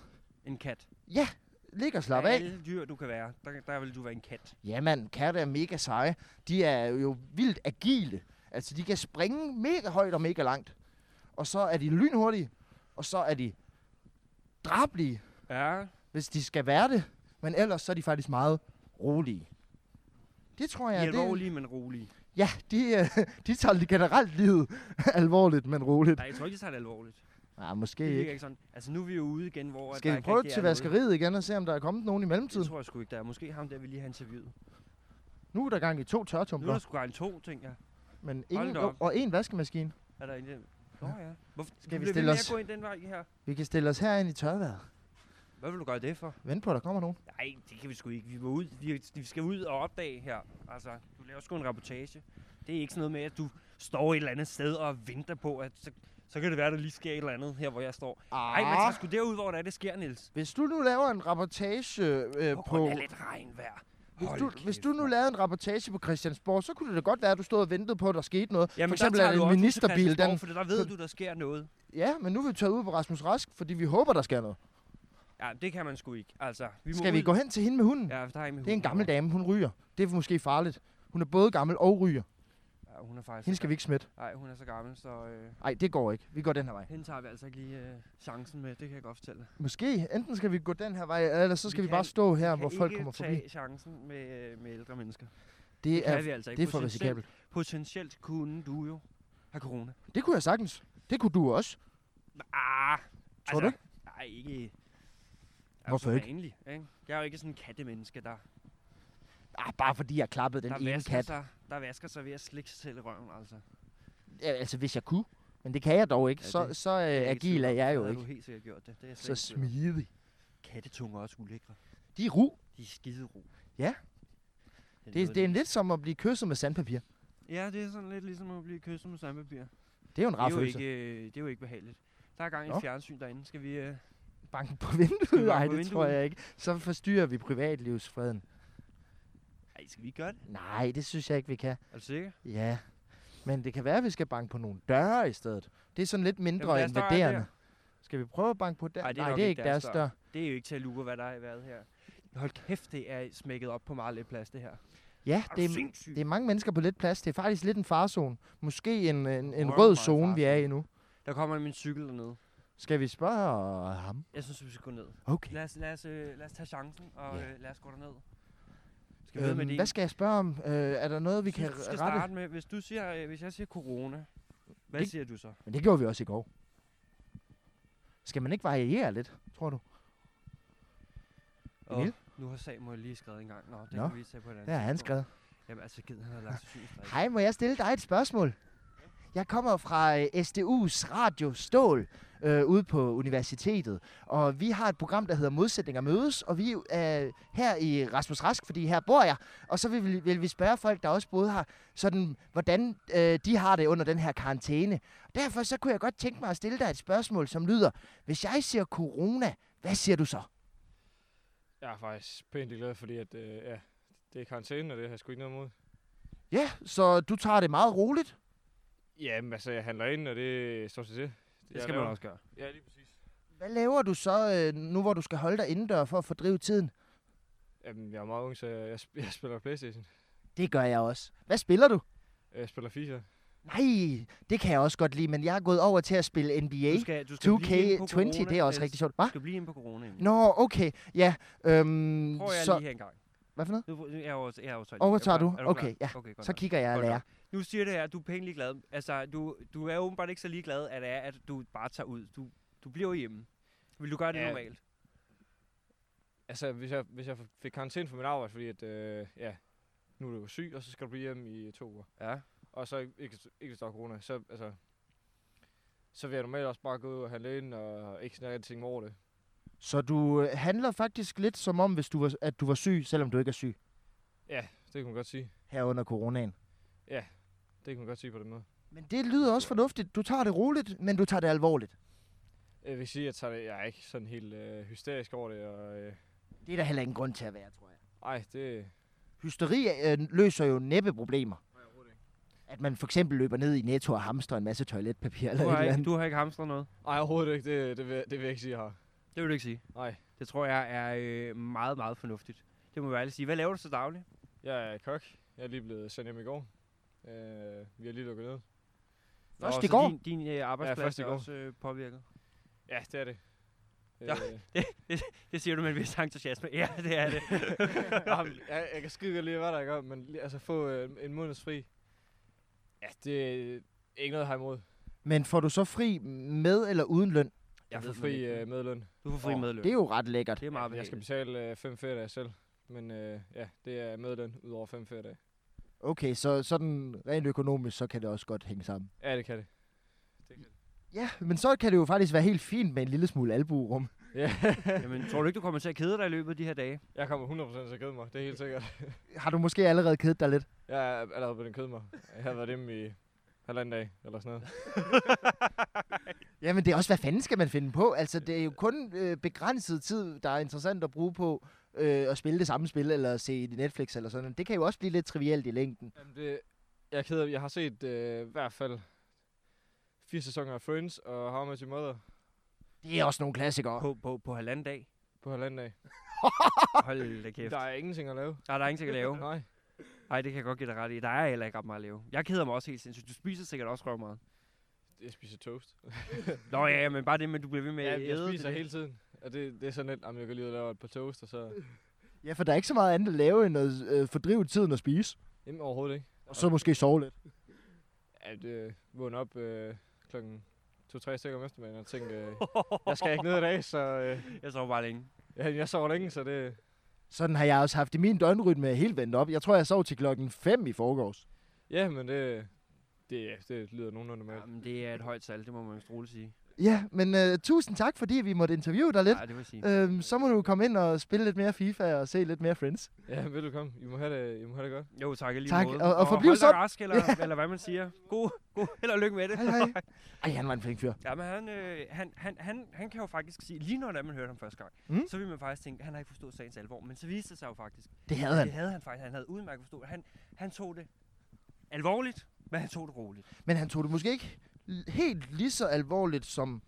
[SPEAKER 1] En kat.
[SPEAKER 2] Ja, lig og slap
[SPEAKER 1] Af
[SPEAKER 2] af.
[SPEAKER 1] alle dyr, du kan være, der, der vil du være en kat.
[SPEAKER 2] Jamen, katte er mega seje. De er jo vildt agile. Altså, de kan springe mega højt og mega langt. Og så er de lynhurtige. Og så er de drablige,
[SPEAKER 1] Ja,
[SPEAKER 2] hvis de skal være det. Men ellers så er de faktisk meget rolige. Det tror jeg,
[SPEAKER 1] ja
[SPEAKER 2] det...
[SPEAKER 1] rolig, men rolig.
[SPEAKER 2] Ja, de, øh, de tager det generelt livet alvorligt, men roligt.
[SPEAKER 1] Nej, jeg tror ikke, de tager det alvorligt.
[SPEAKER 2] Nej,
[SPEAKER 1] Det
[SPEAKER 2] måske
[SPEAKER 1] virker
[SPEAKER 2] ikke.
[SPEAKER 1] ikke sådan. Altså, nu er vi jo ude igen, hvor... at
[SPEAKER 2] Skal
[SPEAKER 1] der
[SPEAKER 2] vi
[SPEAKER 1] ikke
[SPEAKER 2] prøve
[SPEAKER 1] rigtig
[SPEAKER 2] til
[SPEAKER 1] er noget.
[SPEAKER 2] vaskeriet igen og se, om der er kommet nogen i
[SPEAKER 1] Det
[SPEAKER 2] mellemtiden?
[SPEAKER 1] tror jeg sgu ikke, der er. Måske ham der, vi lige har interviewet.
[SPEAKER 2] Nu er der gang i to
[SPEAKER 1] Nu er der
[SPEAKER 2] tørretumbler,
[SPEAKER 1] sgu en to, tænker jeg.
[SPEAKER 2] men
[SPEAKER 1] Hold
[SPEAKER 2] ingen,
[SPEAKER 1] da op.
[SPEAKER 2] og en vaskemaskine.
[SPEAKER 1] Er der en der? Nå ja. Hvorfor
[SPEAKER 2] Skal vi
[SPEAKER 1] bliver
[SPEAKER 2] stille
[SPEAKER 1] ved
[SPEAKER 2] os-
[SPEAKER 1] Med at gå ind den vej her?
[SPEAKER 2] Vi kan stille os herind i tørværet.
[SPEAKER 1] Hvad vil du gøre det for?
[SPEAKER 2] Vent på, at der kommer nogen.
[SPEAKER 1] Nej, det kan vi sgu ikke. Vi, må ud. Vi, vi skal ud og opdage her. Altså, du laver sgu en reportage. Det er ikke sådan noget med, at du står et eller andet sted og venter på, at så, så kan det være, at der lige sker et eller andet her, hvor jeg står. Nej, man tager
[SPEAKER 2] Ah,
[SPEAKER 1] sgu derud, hvor der er, det sker, Niels.
[SPEAKER 2] hvis du nu laver en rapportage øh,
[SPEAKER 1] På
[SPEAKER 2] på...
[SPEAKER 1] grund af lidt regnvejr.
[SPEAKER 2] Hvis
[SPEAKER 1] Hold
[SPEAKER 2] du,
[SPEAKER 1] kæft,
[SPEAKER 2] hvis du nu
[SPEAKER 1] mand.
[SPEAKER 2] lavede en rapportage på Christiansborg, så kunne det da godt være, at du stod og ventede på, at der skete noget.
[SPEAKER 1] Jamen,
[SPEAKER 2] for eksempel
[SPEAKER 1] der
[SPEAKER 2] er
[SPEAKER 1] tager
[SPEAKER 2] det
[SPEAKER 1] du
[SPEAKER 2] en
[SPEAKER 1] også til
[SPEAKER 2] ministerbil.
[SPEAKER 1] Christiansborg,
[SPEAKER 2] Den,
[SPEAKER 1] For der ved du, der sker noget.
[SPEAKER 2] ja, men nu er vi taget ud på Rasmus Rask, fordi vi håber, der sker noget.
[SPEAKER 1] Ja, det kan man sgu ikke. Altså, vi må
[SPEAKER 2] Skal vi
[SPEAKER 1] ud.
[SPEAKER 2] gå hen til hende med hunden?
[SPEAKER 1] Ja, der er med
[SPEAKER 2] Det er en gammel dame, hun ryger. Det er måske farligt. Hun er både gammel og ryger.
[SPEAKER 1] Ja, hun er faktisk...
[SPEAKER 2] Hende skal vi ikke smitte.
[SPEAKER 1] Nej, hun er så gammel, så... Øh,
[SPEAKER 2] Nej, det går ikke. Vi går den her vej.
[SPEAKER 1] hende tager vi altså ikke lige øh, chancen med. Det kan jeg godt fortælle.
[SPEAKER 2] Måske. Enten skal vi gå den her vej, eller så skal
[SPEAKER 1] Vi
[SPEAKER 2] vi, vi bare
[SPEAKER 1] kan-
[SPEAKER 2] stå her,
[SPEAKER 1] Vi
[SPEAKER 2] hvor
[SPEAKER 1] kan
[SPEAKER 2] folk
[SPEAKER 1] ikke
[SPEAKER 2] kommer
[SPEAKER 1] tage
[SPEAKER 2] forbi.
[SPEAKER 1] chancen med, øh, med ældre mennesker.
[SPEAKER 2] Det
[SPEAKER 1] Det
[SPEAKER 2] er,
[SPEAKER 1] kan vi altså ikke.
[SPEAKER 2] det er for
[SPEAKER 1] Potentielt-
[SPEAKER 2] risikabelt.
[SPEAKER 1] Potentielt kunne du jo. af corona.
[SPEAKER 2] Det kunne jeg sagtens. Det kunne du også.
[SPEAKER 1] Ah,
[SPEAKER 2] Tror du ikke?
[SPEAKER 1] Nej, ikke... jeg er jo
[SPEAKER 2] Hvorfor
[SPEAKER 1] så
[SPEAKER 2] ikke?
[SPEAKER 1] Vanlig, ikke? Jeg er jo ikke sådan en kattemenneske, der,
[SPEAKER 2] Ah, bare fordi jeg klappede den
[SPEAKER 1] der,
[SPEAKER 2] ene
[SPEAKER 1] vasker
[SPEAKER 2] kat.
[SPEAKER 1] sig, der vasker sig ved at slikke sig selv i røven, altså.
[SPEAKER 2] Ja, altså, hvis jeg kunne. Men det kan jeg dog ikke.
[SPEAKER 1] Ja,
[SPEAKER 2] så
[SPEAKER 1] det-
[SPEAKER 2] så øh,
[SPEAKER 1] Helt
[SPEAKER 2] agil er
[SPEAKER 1] sikkert.
[SPEAKER 2] jeg
[SPEAKER 1] Så
[SPEAKER 2] jo
[SPEAKER 1] havde Du
[SPEAKER 2] ikke.
[SPEAKER 1] helt sikkert gjort det. det er jeg slet
[SPEAKER 2] Så
[SPEAKER 1] ikke i tvivl om.
[SPEAKER 2] smidig.
[SPEAKER 1] Kattetunge er også ulækre.
[SPEAKER 2] De er ru.
[SPEAKER 1] De er skide ro.
[SPEAKER 2] Ja.
[SPEAKER 1] Det,
[SPEAKER 2] Det, det er lidt som at blive kysset med sandpapir.
[SPEAKER 1] Ja, det er sådan lidt ligesom at blive kysset med sandpapir.
[SPEAKER 2] Det er jo en
[SPEAKER 1] Det er
[SPEAKER 2] rar
[SPEAKER 1] jo,
[SPEAKER 2] følelse.
[SPEAKER 1] ikke, øh, det er jo ikke behageligt. Der er gang i
[SPEAKER 2] Nå.
[SPEAKER 1] et fjernsyn derinde. Skal vi... Øh,
[SPEAKER 2] Banken på
[SPEAKER 1] banke
[SPEAKER 2] vinduet? Nej,
[SPEAKER 1] på
[SPEAKER 2] det tror
[SPEAKER 1] vinduet?
[SPEAKER 2] jeg ikke. Så forstyrrer vi privatlivsfreden.
[SPEAKER 1] ej, skal vi gøre det?
[SPEAKER 2] Nej, det synes jeg ikke, vi kan.
[SPEAKER 1] Er du sikker?
[SPEAKER 2] Ja, men det kan være, at vi skal banke på nogle døre i stedet. Det er sådan lidt mindre
[SPEAKER 1] Jamen,
[SPEAKER 2] Jamen,
[SPEAKER 1] deres dør er
[SPEAKER 2] invaderende.
[SPEAKER 1] der.
[SPEAKER 2] Skal vi prøve at banke på der?
[SPEAKER 1] Ej, det er
[SPEAKER 2] Nej,
[SPEAKER 1] nok
[SPEAKER 2] det er
[SPEAKER 1] ikke
[SPEAKER 2] ikke deres,
[SPEAKER 1] deres
[SPEAKER 2] dør.
[SPEAKER 1] Det er jo ikke til at lure, hvad der er i vejret her. Hold kæft, det er smækket op på meget lidt plads, det her.
[SPEAKER 2] Ja,
[SPEAKER 1] Er
[SPEAKER 2] det
[SPEAKER 1] du
[SPEAKER 2] er,
[SPEAKER 1] sindssyg?
[SPEAKER 2] det er mange mennesker på lidt plads. Det er faktisk lidt en farzone. Måske en, en, en
[SPEAKER 1] Røv
[SPEAKER 2] rød
[SPEAKER 1] mig
[SPEAKER 2] zone, vi er i
[SPEAKER 1] farzone.
[SPEAKER 2] nu.
[SPEAKER 1] Der kommer min cykel dernede.
[SPEAKER 2] Skal vi spørge ham?
[SPEAKER 1] Jeg synes, vi skal gå ned.
[SPEAKER 2] Okay.
[SPEAKER 1] Lad os, lad os, øh, lad os tage chancen, og
[SPEAKER 2] Ja.
[SPEAKER 1] øh, lad os gå derned. Skal vi øhm, med
[SPEAKER 2] Øhm,
[SPEAKER 1] det?
[SPEAKER 2] hvad skal jeg spørge om? Øh, er der noget, vi
[SPEAKER 1] vi
[SPEAKER 2] kan
[SPEAKER 1] du skal
[SPEAKER 2] rette?
[SPEAKER 1] starte med, hvis, du siger, øh, hvis jeg siger corona, hvad
[SPEAKER 2] Det-
[SPEAKER 1] siger du så?
[SPEAKER 2] Men det gjorde vi også i går. Skal man ikke variere lidt, tror du?
[SPEAKER 1] Åh,
[SPEAKER 2] Emil?
[SPEAKER 1] nu har Samuel lige skrevet en gang. Nå, det
[SPEAKER 2] Nå,
[SPEAKER 1] kan vi tage på et andet
[SPEAKER 2] Det har han
[SPEAKER 1] tidspunkt.
[SPEAKER 2] skrevet.
[SPEAKER 1] Jamen altså, gider han have lagt sig syg
[SPEAKER 2] Hej, må jeg stille dig et spørgsmål? Jeg kommer fra øh, SDU's Radio Stål øh, ude på universitetet, og vi har et program, der hedder Modsætninger Mødes, og vi er øh, her i Rasmus Rask, fordi her bor jeg, og så vil, vi- vil vi spørge folk, der også boede her, sådan, hvordan øh, de har det under den her karantæne. Derfor så kunne jeg godt tænke mig at stille dig et spørgsmål, som lyder, hvis jeg siger corona, hvad siger du så?
[SPEAKER 5] Jeg er faktisk pænt glad, fordi at, øh, ja, det er karantæne, og det har jeg sgu ikke noget imod.
[SPEAKER 2] Ja, så du tager det meget roligt.
[SPEAKER 5] Jamen altså, jeg handler ind, og det står til det.
[SPEAKER 1] Det skal man også gøre.
[SPEAKER 5] Ja, lige præcis.
[SPEAKER 2] Hvad laver du så, øh, nu hvor du skal holde dig indendør for at fordrive tiden?
[SPEAKER 5] Jamen, jeg er meget ung, så jeg, jeg, sp- jeg spiller Playstation.
[SPEAKER 2] Det gør jeg også. Hvad spiller du?
[SPEAKER 5] Jeg spiller FIFA.
[SPEAKER 2] Nej, det kan jeg også godt lide, men jeg er gået over til at spille NBA.
[SPEAKER 1] Du skal, du skal blive inde på
[SPEAKER 2] 2K20, det er også
[SPEAKER 1] corona,
[SPEAKER 2] rigtig
[SPEAKER 1] Niels.
[SPEAKER 2] sjovt. Hva?
[SPEAKER 1] Du skal blive inde på corona. Emil.
[SPEAKER 2] Nå, okay. Ja, øhm,
[SPEAKER 1] Prøver jeg
[SPEAKER 2] så...
[SPEAKER 1] lige her en gang.
[SPEAKER 2] Hvad for noget?
[SPEAKER 1] Nu jeg er også, jeg er også
[SPEAKER 2] Overtager du? Okay, ja.
[SPEAKER 1] Okay, godt
[SPEAKER 2] Så
[SPEAKER 1] nok.
[SPEAKER 2] kigger jeg og
[SPEAKER 1] Godt
[SPEAKER 2] lærer.
[SPEAKER 1] nok. Nu siger det her, at du er pænt ligeglad. Altså, du, du er åbenbart ikke så ligeglad, at, det er, at du bare tager ud. Du, du bliver hjemme. Vil du gøre det
[SPEAKER 5] Ja.
[SPEAKER 1] normalt?
[SPEAKER 5] Altså, hvis jeg, hvis jeg fik karantæne for mit arbejde, fordi at, øh, ja, nu er du jo syg, og så skal du blive hjemme i to uger.
[SPEAKER 1] Ja.
[SPEAKER 5] Og så ikke, ikke, ikke hvis der er corona, så, altså, så vil jeg normalt også bare gå ud og handle ind, og ikke snakke ting over det.
[SPEAKER 2] Så du øh, handler faktisk lidt som om, hvis du var, at du var syg, selvom du ikke er syg
[SPEAKER 5] Det kan man godt sige.
[SPEAKER 2] her under coronaen.
[SPEAKER 5] Det kan man godt sige på den måde.
[SPEAKER 2] Men det lyder også fornuftigt. Du tager det roligt, men du tager det alvorligt.
[SPEAKER 5] Jeg vil sige, at jeg, tager det, jeg er ikke sådan helt øh, hysterisk over det, og øh,
[SPEAKER 2] Det er der heller ingen grund til at være, tror jeg.
[SPEAKER 5] ej, det...
[SPEAKER 2] Hysteri øh, løser jo næppe problemer. At man for eksempel løber ned i Netto og hamstrer en masse toiletpapir eller
[SPEAKER 1] Du
[SPEAKER 2] et
[SPEAKER 1] har,
[SPEAKER 2] eller
[SPEAKER 1] ikke,
[SPEAKER 2] andet.
[SPEAKER 1] du har ikke hamstret noget.
[SPEAKER 5] Ej, overhovedet ikke. Det, det, vil, det vil jeg ikke sige, jeg har.
[SPEAKER 1] Det vil du ikke sige.
[SPEAKER 5] Nej,
[SPEAKER 1] Det tror jeg er øh, meget, meget fornuftigt. Det må jeg ærligt sige. Hvad laver du så dagligt?
[SPEAKER 5] jeg er kok. Jeg er lige blevet sendt hjem i går. Øh, vi har lige lukket ned.
[SPEAKER 1] Nå,
[SPEAKER 2] Først i
[SPEAKER 1] så
[SPEAKER 2] går?
[SPEAKER 1] Din, din øh, arbejdsplads
[SPEAKER 5] først i
[SPEAKER 1] ja, er
[SPEAKER 5] går.
[SPEAKER 1] også øh, påvirket.
[SPEAKER 5] Ja, det er det.
[SPEAKER 1] Ja.
[SPEAKER 5] Øh,
[SPEAKER 1] Det siger du med en vis entusiasme. Ja, det er det.
[SPEAKER 5] jamen, jeg, jeg kan skide godt lide at være der, ikke? om, men lige- altså få øh, en måneds fri. Ja, det er ikke noget, jeg har imod.
[SPEAKER 2] Men får du så fri med eller uden løn?
[SPEAKER 5] Jeg får
[SPEAKER 1] ved det
[SPEAKER 5] fri
[SPEAKER 1] ikke.
[SPEAKER 5] øh, medløn.
[SPEAKER 1] Du får fri
[SPEAKER 2] Åh,
[SPEAKER 1] medløn.
[SPEAKER 2] Det er jo ret lækkert.
[SPEAKER 1] det er meget
[SPEAKER 5] Jeg skal
[SPEAKER 1] behageligt.
[SPEAKER 5] betale øh, fem feriedage selv. Men øh, ja, det er medløn ud over fem feriedage.
[SPEAKER 2] Okay, så sådan rent økonomisk, så kan det også godt hænge sammen.
[SPEAKER 5] Ja, det kan det.
[SPEAKER 2] Ja, men så kan det jo faktisk være helt fint med en lille smule albuerum.
[SPEAKER 5] Ja.
[SPEAKER 1] Jamen, tror du ikke, du kommer til at kede dig i løbet af de her dage?
[SPEAKER 5] jeg kommer 100% til at kede mig, det er helt sikkert.
[SPEAKER 2] Har du måske allerede kedet dig lidt?
[SPEAKER 5] Jeg er allerede begyndt at kede mig. Jeg har været hjemme i halvanden dag, eller sådan noget.
[SPEAKER 2] Jamen det er også, hvad fanden skal man finde på? Altså det er jo kun øh, begrænset tid, der er interessant at bruge på øh, at spille det samme spil, eller se Netflix eller sådan noget. Det kan jo også blive lidt trivielt i længden.
[SPEAKER 5] Jamen det, jeg er ked af, jeg har set øh, i hvert fald fire sæsoner af Friends og How I Met Your Mother
[SPEAKER 2] Det er også nogle klassikere.
[SPEAKER 1] På, på, på halvanden dag?
[SPEAKER 5] på halvanden dag.
[SPEAKER 1] Hold da kæft.
[SPEAKER 5] Der er ingenting at lave.
[SPEAKER 1] Nej, der er ingenting at lave.
[SPEAKER 5] Nej.
[SPEAKER 1] Nej, det kan jeg godt give dig ret i. Der er heller ikke ret meget at lave. Jeg keder mig også helt sindssygt. Du spiser sikkert også røv meget.
[SPEAKER 5] Jeg spiser toast.
[SPEAKER 1] Nå ja, men bare det med, at du bliver ved med
[SPEAKER 5] Ja,
[SPEAKER 1] at æde.
[SPEAKER 5] jeg spiser
[SPEAKER 1] det,
[SPEAKER 5] hele tiden. Og det, det er sådan lidt, at jeg kan lige ud og lave et par toast, og så...
[SPEAKER 2] Ja, for der er ikke så meget andet at lave, end at øh, fordrive tiden og spise.
[SPEAKER 5] Jamen overhovedet ikke.
[SPEAKER 2] Og så måske sove lidt.
[SPEAKER 5] at øh, vågne op øh, klokken 2-3 stykker om eftermiddagen og tænke, øh, jeg skal ikke ned i dag, så øh,
[SPEAKER 1] Jeg sover bare længe.
[SPEAKER 5] jeg, jeg sover længe, så det...
[SPEAKER 2] Sådan har jeg også haft i min døgnrytme jeg er helt vendt op. Jeg tror, jeg sov til klokken 5 i forgårs.
[SPEAKER 5] Ja, men det, det, det lyder nogenlunde normalt.
[SPEAKER 1] Jamen, det er et højt salg, det må man jo sige.
[SPEAKER 2] Ja, men uh, tusind tak, fordi vi måtte interviewe dig lidt.
[SPEAKER 1] Ja, det vil sige.
[SPEAKER 2] Øhm, så må du komme ind og spille lidt mere FIFA og se lidt mere Friends.
[SPEAKER 5] Ja, velkommen. I må have det, I må have det godt.
[SPEAKER 1] Jo, tak i lige
[SPEAKER 2] Tak,
[SPEAKER 1] måde.
[SPEAKER 2] og- og forbliv
[SPEAKER 1] hold dig
[SPEAKER 2] sund.
[SPEAKER 1] rask, eller, eller hvad man siger. God, god held og lykke med det.
[SPEAKER 2] Hej, hej. Ej, han var en flink fyr.
[SPEAKER 1] Jamen, han, øh, han, han, han, han kan jo faktisk sige, lige når det er, man hørte ham første gang,
[SPEAKER 2] Mm.
[SPEAKER 1] mm. så ville man faktisk tænke, han har ikke forstået sagens alvor. Men så viste det sig jo faktisk,
[SPEAKER 2] Det havde han.
[SPEAKER 1] det havde han faktisk. Han havde udmærket forstået. Han, han tog det alvorligt, men han tog det roligt.
[SPEAKER 2] Men han tog det måske ikke l- helt lige så alvorligt som...
[SPEAKER 1] Men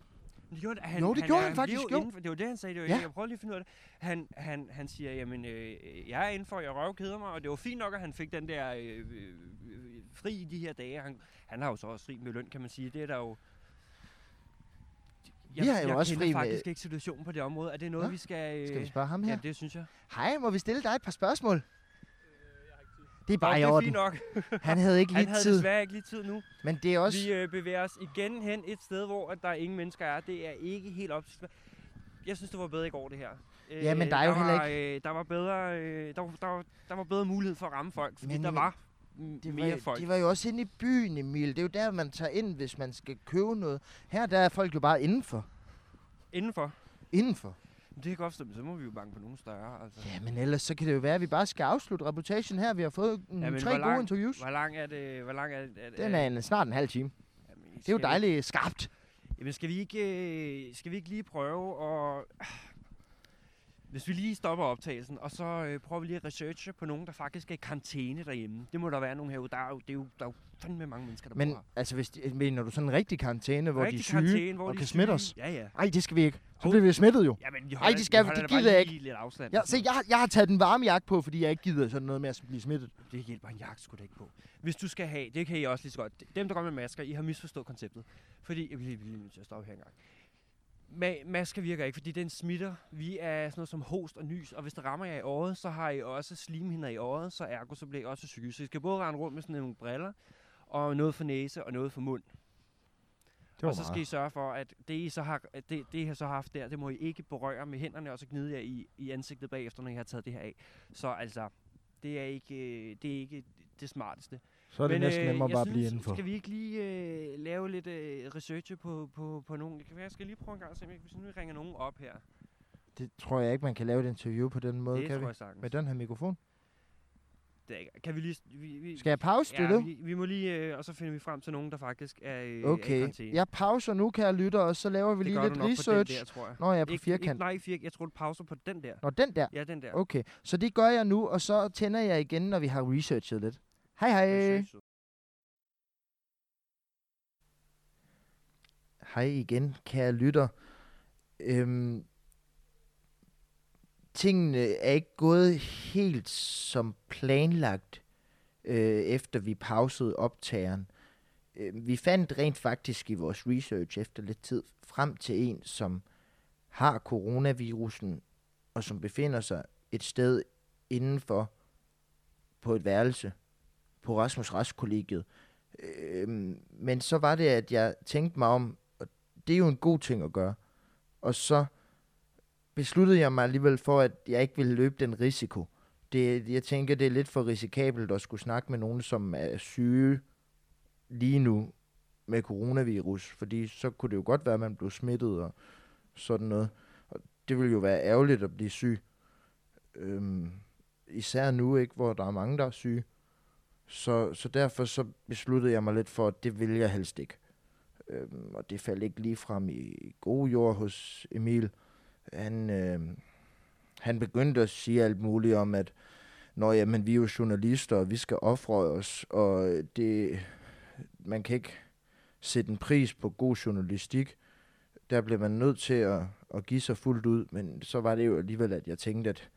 [SPEAKER 1] Det gjorde, han,
[SPEAKER 2] Jo, det
[SPEAKER 1] han,
[SPEAKER 2] gjorde
[SPEAKER 1] er-
[SPEAKER 2] han faktisk,
[SPEAKER 1] lever
[SPEAKER 2] jo.
[SPEAKER 1] indenfor- det var det, han sagde. Det var,
[SPEAKER 2] Ja.
[SPEAKER 1] ja. Jeg prøvede lige at finde ud af det. Han, han, han siger, jamen, øh, jeg er indenfor, jeg røvkeder mig, og det var fint nok, at han fik den der øh, øh, øh, fri i de her dage. Han, han har jo så også fri med løn, kan man sige. Det er der jo...
[SPEAKER 2] Vi har jo
[SPEAKER 1] jeg
[SPEAKER 2] også
[SPEAKER 1] kender
[SPEAKER 2] fri med-
[SPEAKER 1] faktisk ikke situationen på det område. Er det noget,
[SPEAKER 2] Nå,
[SPEAKER 1] vi skal... Øh,
[SPEAKER 2] Skal vi spørge ham
[SPEAKER 1] Ja,
[SPEAKER 2] her?
[SPEAKER 1] det Øh, synes jeg.
[SPEAKER 2] Hej, må vi stille dig et par spørgsmål? Det er
[SPEAKER 1] Nå,
[SPEAKER 2] bare i
[SPEAKER 1] det er fint
[SPEAKER 2] orden.
[SPEAKER 1] nok.
[SPEAKER 2] Han havde ikke
[SPEAKER 1] Han
[SPEAKER 2] lige
[SPEAKER 1] havde
[SPEAKER 2] tid.
[SPEAKER 1] desværre ikke lige tid nu.
[SPEAKER 2] Men det er også...
[SPEAKER 1] Vi øh, bevæger os igen hen et sted, hvor at der ingen mennesker er. Det er ikke helt op. Jeg synes, det var bedre i går, det her. Øh,
[SPEAKER 2] Ja, men der er jo
[SPEAKER 1] der
[SPEAKER 2] heller
[SPEAKER 1] var, ikke... Øh, der, var bedre, øh, der, var- der, var- der var bedre mulighed for at ramme folk, fordi
[SPEAKER 2] Men
[SPEAKER 1] men, der
[SPEAKER 2] Emil,
[SPEAKER 1] var det
[SPEAKER 2] Det
[SPEAKER 1] mere
[SPEAKER 2] var,
[SPEAKER 1] folk.
[SPEAKER 2] det var jo også inde i byen, Emil. Det er jo der, man tager ind, hvis man skal købe noget. Her der er folk jo bare indenfor.
[SPEAKER 1] Indenfor.
[SPEAKER 2] Indenfor.
[SPEAKER 1] Det kan godt stå, men så må vi jo banke på nogen større. Altså.
[SPEAKER 2] Ja, men ellers så kan det jo være, at vi bare skal afslutte reportagen her. Vi har fået mm,
[SPEAKER 1] Ja, men
[SPEAKER 2] tre
[SPEAKER 1] hvor
[SPEAKER 2] gode
[SPEAKER 1] lang-
[SPEAKER 2] interviews.
[SPEAKER 1] Hvor lang er det? Hvor lang er det? at-
[SPEAKER 2] Den er en, snart en halv time.
[SPEAKER 1] Jamen,
[SPEAKER 2] Det er jo
[SPEAKER 1] skal vi-
[SPEAKER 2] dejligt skarpt.
[SPEAKER 1] Jamen skal vi ikke, øh, skal vi ikke lige prøve at... Hvis vi lige stopper optagelsen, og så øh, prøver vi lige at researche på nogen, der faktisk er i karantæne derhjemme. Det må der være nogen herude. Der er jo, det er jo, der er jo fandme mange mennesker, der
[SPEAKER 2] Men
[SPEAKER 1] bor her.
[SPEAKER 2] altså, hvis de, mener du sådan en rigtig karantæne, hvor de er
[SPEAKER 1] Rigtig
[SPEAKER 2] syge
[SPEAKER 1] karantæne,
[SPEAKER 2] og
[SPEAKER 1] de er
[SPEAKER 2] kan
[SPEAKER 1] syge.
[SPEAKER 2] smitte os?
[SPEAKER 1] Ja, ja.
[SPEAKER 2] Nej, det skal vi ikke. Så
[SPEAKER 1] Hov.
[SPEAKER 2] bliver vi jo smittet jo.
[SPEAKER 1] Jamen, vi
[SPEAKER 2] det skal vi-
[SPEAKER 1] holder
[SPEAKER 2] det
[SPEAKER 1] da bare
[SPEAKER 2] gider jeg
[SPEAKER 1] lige Lidt afstand. altså.
[SPEAKER 2] Ja,
[SPEAKER 1] og
[SPEAKER 2] se,
[SPEAKER 1] sådan
[SPEAKER 2] jeg, jeg har taget den varme jakke på, fordi jeg ikke gider sådan noget med at blive smittet.
[SPEAKER 1] noget. Det hjælper en jagt sgu da ikke på. Hvis du skal have, det kan I også lige så godt. Dem, der går med masker, I har misforstået konceptet. Fordi, jeg bliver lige nødt til at stoppe her engang. Ma- masker virker ikke, fordi den smitter. Vi er sådan noget som host og nys, og hvis det rammer jer i øjet, så har I også slimhinder i øjet, så ergo så bliver I også syge. Så I skal både rende rundt med sådan nogle briller, og noget for næse og noget for mund.
[SPEAKER 2] Det var
[SPEAKER 1] og så skal I
[SPEAKER 2] meget.
[SPEAKER 1] sørge for, at det I, så har, at det, det, I har så haft der, det må I ikke berøre med hænderne, og så gnide jer i, i ansigtet bagefter, når I har taget det her af. Så altså, det er ikke, øh, det, er ikke det smarteste.
[SPEAKER 2] Så er det
[SPEAKER 1] Men,
[SPEAKER 2] næsten
[SPEAKER 1] øh,
[SPEAKER 2] nemmere
[SPEAKER 1] jeg
[SPEAKER 2] bare at
[SPEAKER 1] synes,
[SPEAKER 2] blive indenfor.
[SPEAKER 1] Skal vi ikke lige øh, lave lidt øh, research på, på, på nogen? Det kan være, Jeg skal lige prøve en gang, at se, om jeg- hvis nu vi ringer nogen op her.
[SPEAKER 2] Det tror jeg ikke, man kan lave et interview på den måde,
[SPEAKER 1] det
[SPEAKER 2] kan
[SPEAKER 1] tror
[SPEAKER 2] vi?
[SPEAKER 1] jeg sagtens.
[SPEAKER 2] Med den her mikrofon.
[SPEAKER 1] Det er ikke- kan vi lige... Vi, vi,
[SPEAKER 2] Skal jeg pause det,
[SPEAKER 1] ja,
[SPEAKER 2] du?
[SPEAKER 1] vi, vi må lige... Øh, og så finder vi frem til nogen, der faktisk er, øh, er i
[SPEAKER 2] Okay,
[SPEAKER 1] karantæne.
[SPEAKER 2] jeg pauser nu, kære lytter, og så laver vi
[SPEAKER 1] det
[SPEAKER 2] lige
[SPEAKER 1] gør
[SPEAKER 2] lidt
[SPEAKER 1] du nok
[SPEAKER 2] research.
[SPEAKER 1] på den der, tror jeg.
[SPEAKER 2] Nå, jeg er på
[SPEAKER 1] Ikke- Ikke,
[SPEAKER 2] firkant.
[SPEAKER 1] nej, firkant. Jeg tror, du pauser på den der.
[SPEAKER 2] Nå, den der.
[SPEAKER 1] Ja, den der.
[SPEAKER 2] Okay, så det gør jeg nu, og så tænder jeg igen, når vi har researchet lidt. Hej hej!
[SPEAKER 1] Researchet.
[SPEAKER 2] Hej igen, kære lytter. Øhm, tingene er ikke gået helt som planlagt, øh, efter vi pausede optageren. Øh, vi fandt rent faktisk i vores research efter lidt tid frem til en, som har coronavirusen, og som befinder sig et sted indenfor på et værelse på Rasmus Rask kollegiet. Øhm, men så var det, at jeg tænkte mig om, det er jo en god ting at gøre. Og så besluttede jeg mig alligevel for, at jeg ikke ville løbe den risiko. Det, jeg tænker, det er lidt for risikabelt at skulle snakke med nogen, som er syge lige nu med coronavirus, fordi så kunne det jo godt være, at man blev smittet og sådan noget. Og det ville jo være ærgerligt at blive syg. Øhm, især nu, ikke, hvor der er mange, der er syge. Så, så derfor så besluttede jeg mig lidt for, at det vil jeg helst ikke. Øhm, og det faldt ikke lige frem i god jord hos Emil. Han, øhm, han begyndte at sige alt muligt om, at Nå, jamen, vi er jo journalister, og vi skal ofre os, og det, man kan ikke sætte en pris på god journalistik. Der blev man nødt til at, at give sig fuldt ud, men så var det jo alligevel, at jeg tænkte, at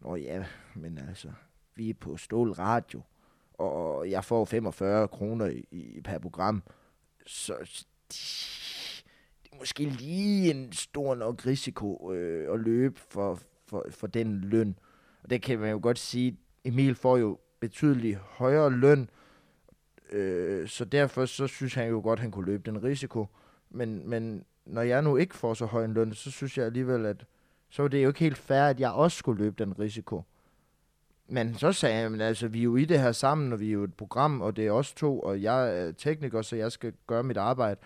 [SPEAKER 2] Nå ja, men altså, vi er på Stål Radio, og jeg får 45 kroner i, i, per program, så det er måske lige en stor nok risiko øh, at løbe for, for, for den løn. Og det kan man jo godt sige, Emil får jo betydeligt højere løn, Øh, så derfor så synes han jo godt, han kunne løbe den risiko. Men, men når jeg nu ikke får så høj en løn, så synes jeg alligevel, at så var det jo ikke helt fair, at jeg også skulle løbe den risiko. Men så sagde han, altså, vi er jo i det her sammen, og vi er jo et program, og det er os to, og jeg er tekniker, så jeg skal gøre mit arbejde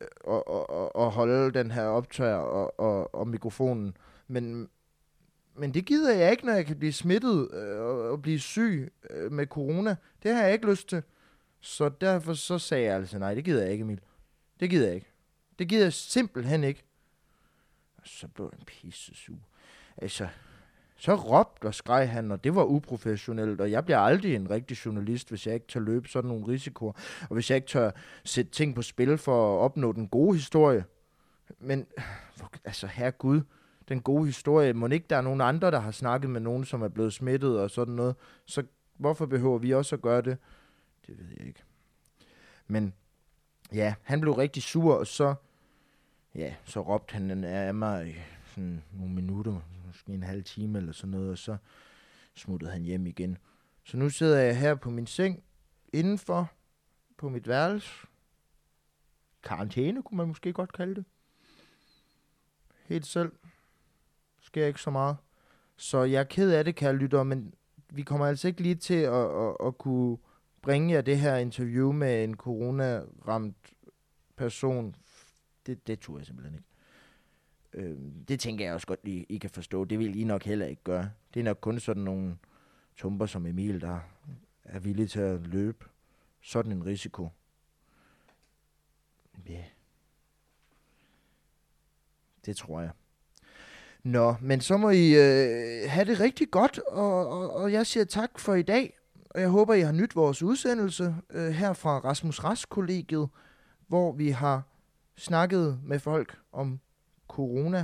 [SPEAKER 2] øh, og, og, og, og holde den her optager og, og, og mikrofonen. Men, men det gider jeg ikke, når jeg kan blive smittet øh, og, og blive syg øh, med corona. Det har jeg ikke lyst til. Så derfor så sagde jeg altså, nej, det gider jeg ikke, Emil. Det gider jeg ikke. Det gider jeg simpelthen ikke. Og så blev han pisse sur. Altså, så råbte og skreg han, og det var uprofessionelt, og jeg bliver aldrig en rigtig journalist, hvis jeg ikke tør løbe sådan nogle risikoer, og hvis jeg ikke tør sætte ting på spil for at opnå den gode historie. Men, hvor- altså herregud, den gode historie, må ikke der er nogen andre, der har snakket med nogen, som er blevet smittet og sådan noget, så hvorfor behøver vi også at gøre det? Det ved jeg ikke. Men ja, han blev rigtig sur, og så, ja, så råbte han af mig i sådan nogle minutter, måske en halv time eller sådan noget, og så smuttede han hjem igen. Så nu sidder jeg her på min seng, indenfor, på mit værelse. Karantæne kunne man måske godt kalde det. Helt selv. Sker ikke så meget. Så jeg er ked af det, kære lytter, men vi kommer altså ikke lige til at, at, at kunne bringe jer det her interview med en corona-ramt person. Det, det turde jeg simpelthen ikke. Øh, det tænker jeg også godt, I, I kan forstå. Det vil I nok heller ikke gøre. Det er nok kun sådan nogle tumper som Emil, der er villige til at løbe sådan en risiko. Ja. Yeah. Det tror jeg. Nå, men så må I øh, have det rigtig godt, og, og, og jeg siger tak for i dag. Og jeg håber, I har nydt vores udsendelse øh, her fra Rasmus Rask-kollegiet, hvor vi har snakket med folk om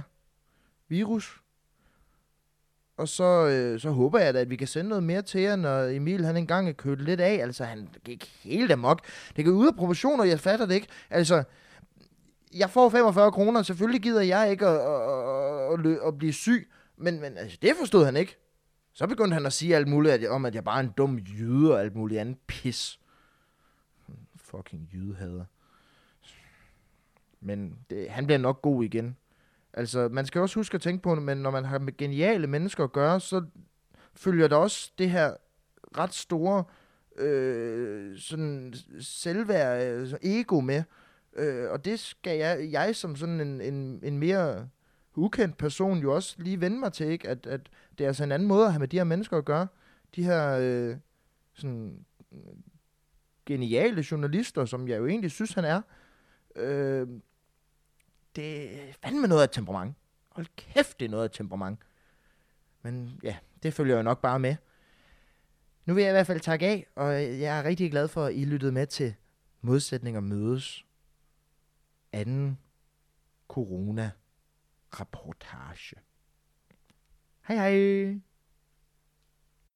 [SPEAKER 2] coronavirus. Og så, øh, så håber jeg da, at vi kan sende noget mere til jer, når Emil han engang er kørt lidt af. Altså, han gik helt amok. Det går ud af proportioner, jeg fatter det ikke. Altså, jeg får 45 kroner, selvfølgelig gider jeg ikke at, at, at, at, lø- at blive syg. Men, men altså, det forstod han ikke. Så begyndte han at sige alt muligt at jeg, om, at jeg bare er en dum jyde og alt muligt andet pis. Fucking jydehader. Men det, han bliver nok god igen. Altså, man skal også huske at tænke på, men når man har med geniale mennesker at gøre, så følger der også det her ret store øh, sådan selvværd, øh, sådan ego med. Øh, og det skal jeg, jeg som sådan en, en, en mere ukendt person jo også lige vende mig til, ikke? At, at det er altså en anden måde at have med de her mennesker at gøre. De her øh, sådan øh, geniale journalister, som jeg jo egentlig synes, han er. Øh, det er fandme noget af et temperament. Hold kæft, det er noget af et temperament. Men ja, det følger jo nok bare med. Nu vil jeg i hvert fald takke af, og jeg er rigtig glad for, at I lyttede med til Modsætninger Mødes anden corona-rapportage. Hej hej!